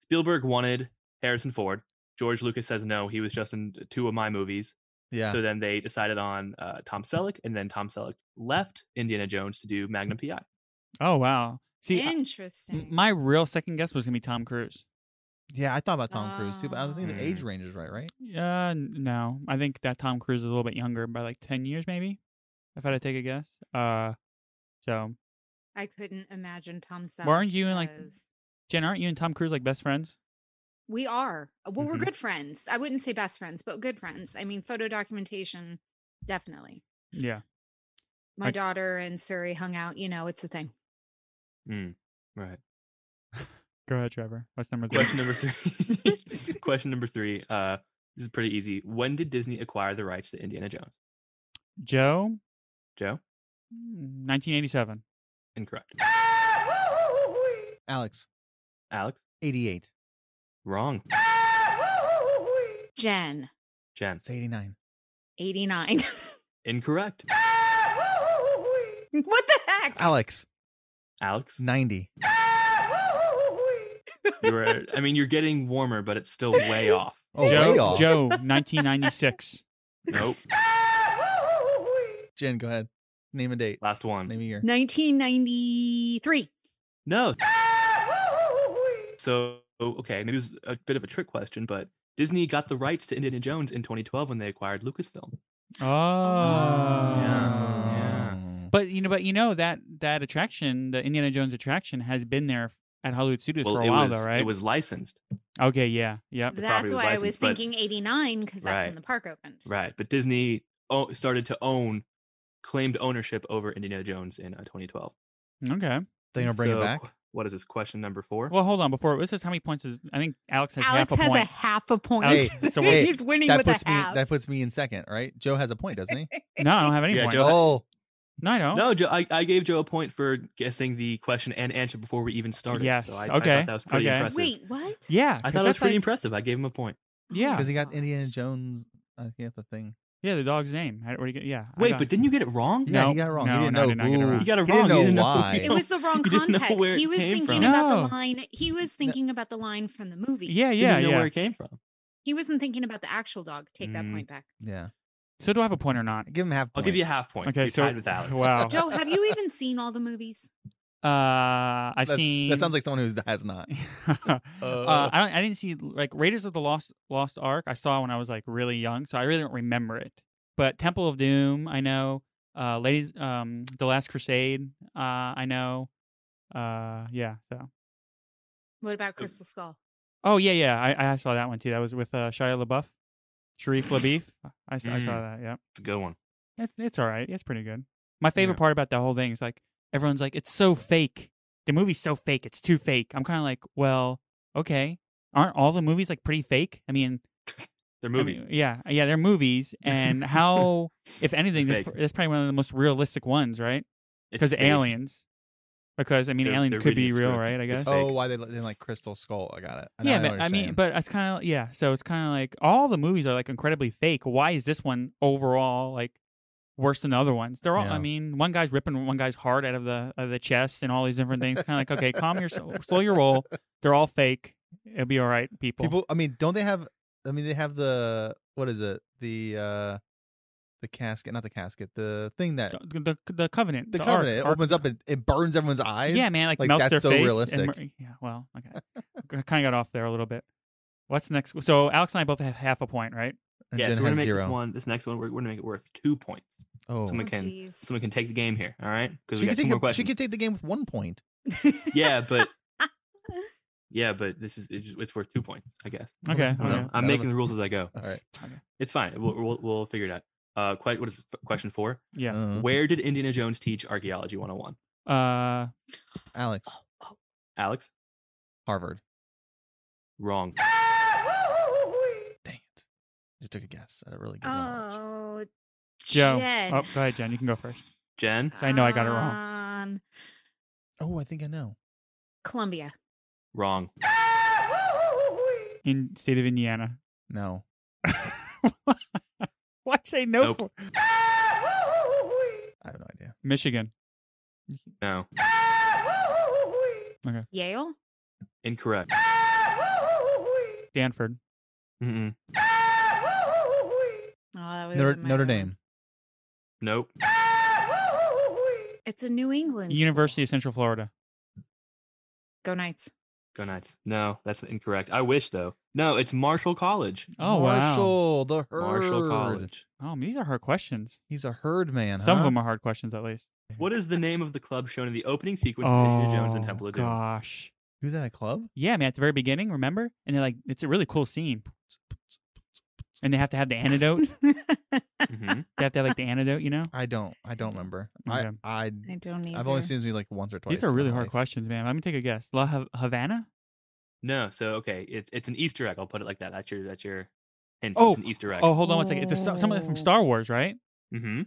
S8: Spielberg wanted Harrison Ford. George Lucas says no. He was just in two of my movies.
S4: Yeah.
S8: So then they decided on uh, Tom Selleck, and then Tom Selleck left Indiana Jones to do Magnum PI.
S5: Oh wow. See, I- m-
S3: Interesting.
S5: my real second guess was gonna be Tom Cruise.
S4: yeah, I thought about Tom Cruise too, but I think the age
S8: Mm.
S4: range is right, right?
S5: Uh, n- no. I think that Tom Cruise is a little bit younger by like 10 years, maybe, if I had to take a guess. Uh, so,
S3: I couldn't imagine Tom Selleck.
S5: Weren't you in, like-
S3: as-
S5: Jen, aren't you and Tom Cruise like best friends?
S3: We are. Uh, Well, we're
S5: Mm-hmm.
S8: Mhm.
S3: good friends. I wouldn't say best friends, but good friends. I mean, photo documentation, definitely.
S5: Yeah.
S3: My
S5: I-
S3: daughter and Suri hung out. You know, it's a thing.
S8: Mm, right.
S5: Go ahead, Trevor. What's number three?
S8: Question number three. Question number three. Uh, this is pretty easy. When did Disney acquire the rights to Indiana Jones?
S5: Joe,
S8: Joe,
S5: Mm, 1987.
S8: incorrect.
S4: Alex,
S8: Alex,
S4: 88.
S8: wrong.
S3: Jen,
S8: Jen,
S4: It's 89.
S3: 89.
S8: incorrect.
S3: what the heck?
S4: Alex, it's
S8: Alex,
S4: 90.
S8: you were. I mean, you're getting warmer, but it's still way off.
S4: Oh,
S5: Joe,
S4: way off.
S5: Joe, 1996.
S8: Nope.
S4: Jen, go ahead. Name a date.
S8: Last
S4: Name
S8: one.
S4: a year.
S3: 1993.
S8: No. So okay, maybe it was a bit of a trick question, but Disney got the rights to Indiana Jones in 2012 when they acquired Lucasfilm. Ah,
S5: Oh.
S8: Yeah.
S5: But you know, but you know that that attraction, the Indiana Jones attraction, has been there at Hollywood Studios for a
S8: it
S5: while,
S8: was
S5: though, right?
S8: it was licensed,
S5: okay, yeah, yep.
S3: That's
S8: was
S3: why I was
S8: licensed, but-
S3: thinking 89 because that's when
S8: Right.
S3: the park opened.
S8: right? But Disney o- started to own, claimed ownership over Indiana Jones in uh, 2012.
S5: Okay.
S4: They're going to bring
S8: So,
S4: it back.
S8: qu- What is this question number four?
S5: Well, hold on. Before this is how many points is? I think Alex has
S3: Alex
S5: half a
S3: has
S5: point.
S3: a half a point.
S5: Alex- so we're-
S3: He's winning
S4: That
S3: with a
S4: puts me
S3: half.
S4: that puts me in second, right? Joe has a point, doesn't he?
S5: No, I don't have any
S8: Yeah,
S5: points.
S8: Joe-
S4: oh,
S5: No, I don't.
S8: No, Joe, I, I gave Joe a point for guessing the question and answer before we even started.
S5: Yes,
S8: So I, I
S5: okay,
S8: thought that was pretty
S5: okay.
S8: impressive.
S3: Wait, what?
S5: Yeah, 'cause
S8: I thought it was
S5: that's
S8: pretty
S5: like-
S8: impressive. I gave him a point.
S5: Yeah,
S4: because he got Indiana Jones. I think that's the thing.
S5: yeah, the dog's name. I, where you get- yeah. I
S8: Wait,
S5: got-
S8: but didn't you get it wrong?
S4: Yeah,
S5: No,
S4: he got it wrong.
S5: no,
S4: he didn't
S5: no, I
S4: know.
S5: did not get it
S4: who-
S5: wrong.
S8: You got it
S4: He didn't
S8: wrong. You
S4: know
S8: didn't know-
S4: why.
S8: you
S3: It was the wrong
S8: You didn't know
S3: context.
S8: where it
S3: He was
S8: came
S3: thinking
S5: from.
S3: about
S5: No.
S3: the line. He was thinking about the line from the movie.
S5: Yeah,
S8: Didn't
S5: yeah,
S8: even know
S5: yeah.
S8: where it came from.
S3: He wasn't thinking about the actual dog. Take that
S8: Mm.
S3: point back.
S4: yeah,
S5: So do I have a point or not?
S4: give him half.
S8: I'll give you a
S4: points.
S8: half point.
S5: Okay,
S8: You're
S5: so
S8: tied with Alex.
S5: wow.
S3: Joe, have you even seen all the movies?
S5: Uh, I've
S4: That's-
S5: seen.
S4: That sounds like someone who has not.
S5: uh, I don't. I didn't see like Raiders of the Lost Lost Ark. I saw when I was like really young, so I really don't remember it. But Temple of Doom, I know. Uh, Ladies, um, The Last Crusade, uh, I know. Uh, yeah. So.
S3: What about Crystal Skull?
S5: Oh yeah, yeah. I, I saw that one too. That was with uh, Shia LaBeouf, Sharif LaBeouf. I, s- I saw that. Yeah.
S8: It's a good one.
S5: It's it's all right. It's pretty good. My favorite part about that whole thing is like everyone's like, it's so fake. The movie's so fake. It's too fake. I'm kind of like, well, okay. Aren't all the movies like pretty fake? I mean,
S8: They're
S5: I mean,
S8: movies.
S5: yeah, yeah, they're movies. And how, if anything, this
S8: Fake.
S5: pr- that's probably one of the most realistic ones, right?
S8: It's
S5: Because
S8: staged.
S5: aliens. Because I mean,
S8: They're-
S5: aliens
S8: they're
S5: could be
S8: reading a
S5: real,
S8: script.
S5: right? I
S8: It's
S5: guess.
S8: fake.
S4: Oh, why they didn't like Crystal Skull? I got it. I know-
S5: yeah,
S4: I know
S5: but
S4: what
S5: I
S4: you're
S5: mean,
S4: saying.
S5: but it's kind of yeah. So it's kind of like all the movies are like incredibly fake. Why is this one overall like worse than the other ones? They're all.
S4: Yeah.
S5: I mean, one guy's ripping one guy's heart out of the out of the chest and all these different things. Kind of like okay, calm your slow your roll. They're all fake. It'll be all right, people.
S4: people. I mean, don't they have? I mean, they have the what is it? The uh the casket, not the casket, the thing that
S5: the, the the covenant.
S4: the,
S5: the Ark-
S4: covenant it
S5: Ark-
S4: opens up. It, it burns everyone's eyes.
S5: Yeah, man, like,
S4: Like,
S5: melts
S4: that's
S5: their
S4: so
S5: face. and
S4: realistic.
S5: mur- yeah, well, okay, kind of got off there a little bit. What's next? So Alex and I both have half a point, right?
S4: And
S8: Yeah,
S4: Jen
S8: so we're
S4: has
S8: gonna make this
S4: zero.
S8: one, this next one, we're, we're gonna make it worth two points.
S4: Oh,
S8: Someone
S3: Oh,
S8: can,
S3: jeez.
S8: someone can take the game here. All right, because
S4: she
S8: we
S4: could
S8: got
S4: take
S8: two more
S4: the, she
S8: questions.
S4: could take the game with one point.
S8: Yeah, but yeah, but this is it's, just- it's worth two points, I guess.
S5: Okay,
S8: I don't
S5: okay.
S8: know. I'm
S4: None of
S8: making
S4: it-
S8: the rules as I go.
S4: All right.
S8: It's fine. We'll we'll, we'll figure it out. Uh, quite, what is this? question four?
S5: Yeah.
S4: Uh,
S8: Where did Indiana Jones teach archaeology 101?
S5: Uh,
S4: Alex
S5: Oh.
S8: Alex,
S4: Harvard.
S8: wrong.
S4: Dang it! Just took a guess at a really good knowledge.
S3: Oh,
S5: Joe.
S3: Jen.
S5: Oh, go ahead, Jen. You can go first.
S8: Jen,
S5: I know I got it wrong.
S3: Um,
S4: Oh, I think I know.
S3: Columbia.
S8: wrong.
S5: In state of Indiana.
S4: No,
S5: Why say no
S8: Nope.
S5: for
S4: I have no idea.
S5: Michigan?
S8: No,
S3: Yale. Oh,
S8: incorrect.
S5: Stanford.
S8: Mm-mm.
S3: Oh, that would've
S4: Notre,
S3: been my
S4: Notre
S3: other one.
S4: Dame.
S8: Nope.
S3: It's a New England school.
S5: University of Central Florida.
S3: Go Knights.
S8: Go Knights. No, that's incorrect. I wish though. No, it's Marshall College.
S5: Oh wow.
S4: Marshall, the herd.
S8: Marshall College.
S5: Oh, these are hard questions.
S4: He's a herd man.
S5: Some
S4: huh?
S5: of them are hard questions, at least.
S8: What is the name of the club shown in the opening sequence of
S5: oh
S8: Indiana Jones and Temple of Doom?
S5: gosh.
S4: Who's at a club?
S5: Yeah, man. At the very beginning, remember? And they're like, it's a really cool scene. And they have to have the antidote.
S8: Mhm.
S5: they have to have like the antidote. You know.
S4: I don't. I don't remember. I.
S5: Okay.
S4: I.
S3: I don't need.
S4: I've only seen this movie like once or twice.
S5: These are
S4: in my
S5: really hard
S4: life.
S5: questions, man. Let me take a guess. La Ha- Havana.
S8: No, so okay, it's it's an Easter egg. I'll put it like that. That's your that's your hint.
S5: Oh,
S8: it's an Easter egg.
S5: Oh, hold on one second. It's a, sta- someone
S3: Oh.
S5: from Star Wars, right?
S8: hmm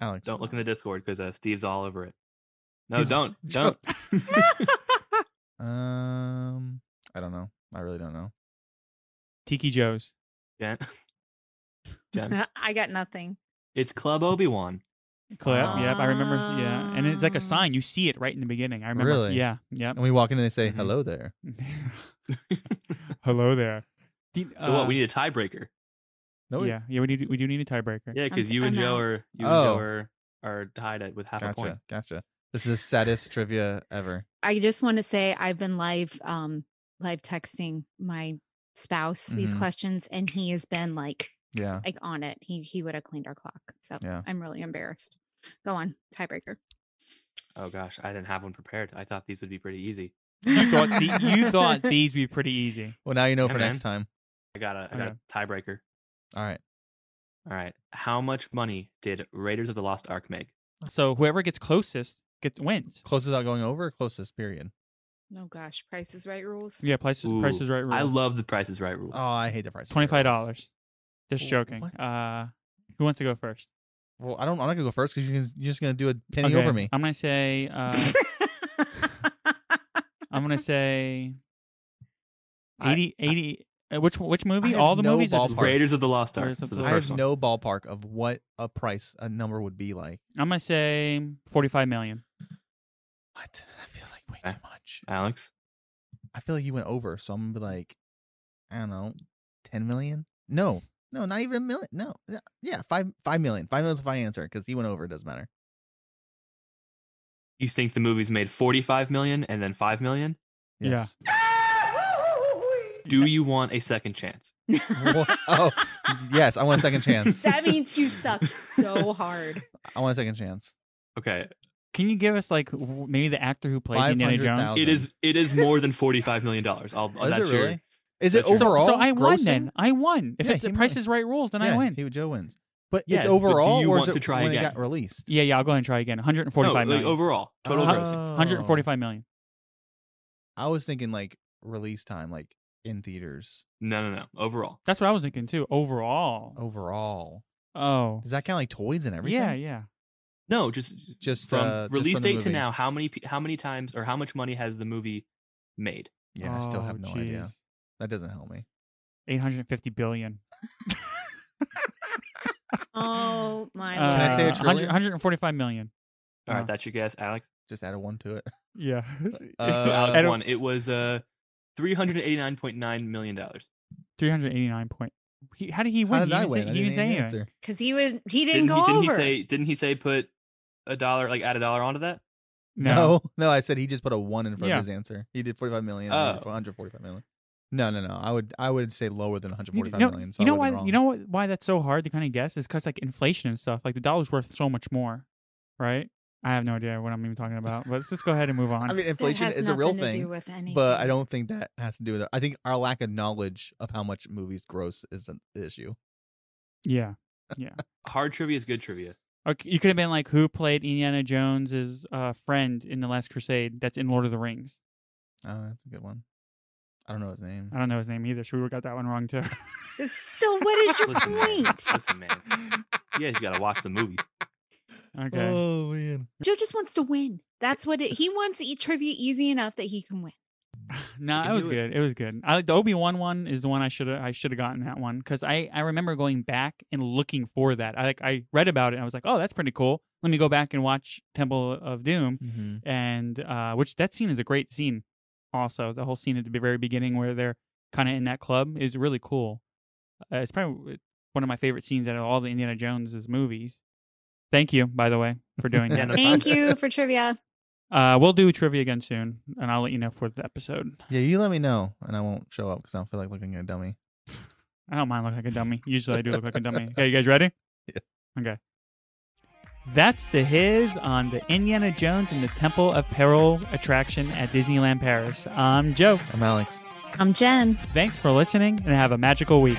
S4: Alex.
S8: Don't look in the Discord because uh, Steve's all over it. No,
S4: He's-
S8: don't
S4: Joe-
S8: don't.
S4: Um. I don't know. I really don't know.
S5: Tiki Joe's.
S8: Jen. Jen.
S3: I got nothing.
S8: It's Club Obi Wan.
S5: Clip. Yep. I remember. Yeah. And it's like a
S3: Ah.
S5: sign. You see it right in the beginning. I remember.
S4: Really?
S5: Yeah. Yep.
S4: And we walk in and they say,
S8: Mhm.
S4: "Hello there."
S5: Hello there.
S8: So
S5: Uh,
S9: uh,
S8: what? We need a tiebreaker.
S4: No. we-
S5: yeah, yeah, we do. We do need a tiebreaker.
S8: Yeah,
S3: I'm
S8: because
S3: s-
S8: you and
S3: I'm
S8: Joe
S3: out.
S8: are you and
S4: Oh.
S8: Joe are, are tied at with half a point.
S4: Gotcha. Gotcha. This is the saddest trivia ever.
S3: I just want to say I've been live, um, live texting my spouse these
S9: Mm-hmm.
S4: Mhm.
S3: questions, and he has been like,
S4: Yeah.
S3: like on it. He he would have cleaned our clock. So
S4: Yeah.
S3: I'm really embarrassed. Go on, tiebreaker.
S8: Oh gosh, I didn't have one prepared. I thought these would be pretty easy.
S5: You thought the, you thought these would be pretty easy.
S4: Well, now you know
S8: Yeah,
S4: for
S8: man.
S4: next time.
S8: I got a I got
S5: Okay.
S8: a tiebreaker.
S4: All right.
S8: All right. How much money did Raiders of the Lost Ark make?
S5: So whoever gets closest gets wins.
S4: Closest out going over. Closest period.
S3: Oh gosh, Price is Right rules.
S5: Yeah, prices
S8: Ooh,
S5: prices right. Rule.
S8: I love the Price is Right
S9: Oh,
S8: rule.
S4: Oh, I hate the price.
S5: twenty five dollars. Just
S4: Wh-
S5: joking.
S4: what?
S5: Uh, who wants to go first?
S9: Well, I don't. I'm not gonna go first because you can, you're just gonna do a penny
S5: Okay,
S9: over me.
S5: I'm gonna say. Uh, I'm gonna say.
S9: I-
S5: 80, 80 uh, which which movie?
S9: have
S5: All the
S9: no
S5: movies? Or just
S9: ballpark.
S5: Raiders?
S8: Raiders of the Lost Ark.
S5: Raiders of
S8: so
S5: the
S8: the
S9: I
S5: Lost
S8: first
S9: have
S8: one.
S9: no ballpark of what a price a number would be like.
S5: I'm gonna say 45 million.
S9: What? That feels like way
S8: Okay.
S9: too much.
S8: Alex,
S9: I feel like you went over, so I'm gonna be like, I don't know, ten million? No, no, not even a million. No, yeah, yeah, five, five million. Five million is if I answer because he went over. It doesn't matter.
S8: you think the movie's made 45 million and then 5 million?
S5: Yeah.
S9: Yes.
S8: Do you want a second chance?
S9: Wha- oh, yes. I want a second chance.
S3: That means you suck so hard.
S9: I want a second chance.
S8: Okay.
S5: Can you give us like w- maybe the actor who plays Indiana Jones?
S9: 500,000.
S8: It is it is more than 45 million dollars. I'll
S9: is
S8: that's
S9: it
S8: your-
S9: really? Is it
S8: that's your- So-
S9: overall?
S5: so I won
S9: grossing?
S5: then. I won. If
S9: Yeah,
S5: it's
S9: he
S5: the Price
S9: won.
S5: is Right rules, then
S9: yeah,
S5: I win.
S9: He Joe wins. But
S8: Yes,
S9: it's
S8: but do
S9: overall,
S8: you
S9: or
S8: want
S9: is it
S8: to try
S9: when it
S8: again?
S9: got released?
S5: yeah, yeah. I'll go ahead and try again. 145
S8: No,
S5: million.
S8: like overall total grossing.
S9: Oh.
S5: 145 million.
S9: I was thinking like release time, like in theaters
S8: No, no, no. Overall.
S5: That's what I was thinking too. Overall.
S9: overall.
S5: Oh.
S9: Does that count like toys and everything?
S5: Yeah, yeah.
S8: No, just
S9: Just
S8: from
S9: uh, just
S8: release
S9: from the
S8: date to
S9: movie.
S8: now, how many pe- how many times or how much money has the movie made?
S9: Yeah, I still
S5: Oh,
S9: have no idea.
S5: jeez.
S9: That doesn't help me.
S5: 850 billion.
S3: Oh my
S5: Uh,
S9: Can I say a
S3: lord.
S5: 100
S9: trillion?
S5: 145 million.
S8: All
S9: Uh-huh.
S8: right,
S5: Uh.
S8: that's your guess, Alex.
S9: Just add a one to it.
S5: Yeah.
S8: So
S9: Uh,
S8: Alex won. It was uh, three hundred eighty nine point nine million dollars.
S5: 389 point. He, how did he win?
S9: How did
S5: he
S9: I
S5: didn't
S9: win?
S5: Say, he
S9: I didn't
S5: didn't say
S9: even
S5: anything.
S9: answer.
S3: Because he was he didn't, go
S8: he, didn't
S3: over.
S8: he say? Didn't he say put a dollar, like add a dollar onto that?
S5: No.
S9: No. no, I said he just put a one in front
S5: Yeah.
S9: of his answer. He did forty-five million. and I did
S8: Oh.
S9: 145 million. No, no, no. I would, I would say lower than one hundred
S5: You d-
S9: forty-five
S5: no,
S9: million. So
S5: you know
S9: I
S5: why?
S9: would've been
S5: You
S9: wrong.
S5: know what, why that's so hard to kind of guess is because like inflation and stuff. Like the dollar's worth so much more, right? I have no idea what I'm even talking about. But let's just go ahead and move on.
S9: I mean,
S3: That
S9: inflation
S3: has
S9: is a real
S3: nothing to do
S9: thing,
S3: with
S9: but I
S3: anything.
S9: don't think that has to do with it. I think our lack of knowledge of how much movies gross is an issue.
S5: yeah.
S8: Hard trivia is good trivia.
S5: Okay, you could have been like, who played Indiana Jones's uh, friend in the Last Crusade? That's in Lord of the Rings.
S9: Oh, that's a good one. I don't know his name.
S5: I don't know his name either, so we would've got that one wrong too.
S3: So what is your
S8: Listen, man.
S3: point?
S8: Listen, man. You guys got to watch the movies.
S5: okay.
S9: Oh man.
S3: Joe just wants to win. That's what it, he wants. E- trivia easy enough that he can win.
S5: No,
S8: can
S5: it was
S8: do it.
S5: good. It was good. I, the Obi Wan one is the one I should have. I should have gotten that one because I, I remember going back and looking for that. I like I read about it. and I was like, oh, that's pretty cool. Let me go back and watch Temple of Doom,
S9: Mm-hmm.
S5: and uh, which that scene is a great scene. Also, the whole scene at the very beginning where they're kind of in that club is really cool. Uh, it's probably one of my favorite scenes out of all the Indiana Jones's movies. Thank you, by the way, for doing
S8: Yeah,
S5: that.
S8: no
S3: Thank you for trivia.
S5: Uh, we'll do trivia again soon, and I'll let you know for the episode.
S9: Yeah, you let me know, and I won't show up because I don't feel like looking like a dummy.
S5: I don't mind looking like a dummy. Usually I do look like a dummy. Okay, you guys ready?
S9: Yeah.
S5: Okay. That's the his on the Indiana Jones and the Temple of Peril attraction at Disneyland Paris. I'm Joe.
S9: I'm Alex.
S3: I'm Jen.
S5: Thanks for listening and have a magical week.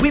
S1: We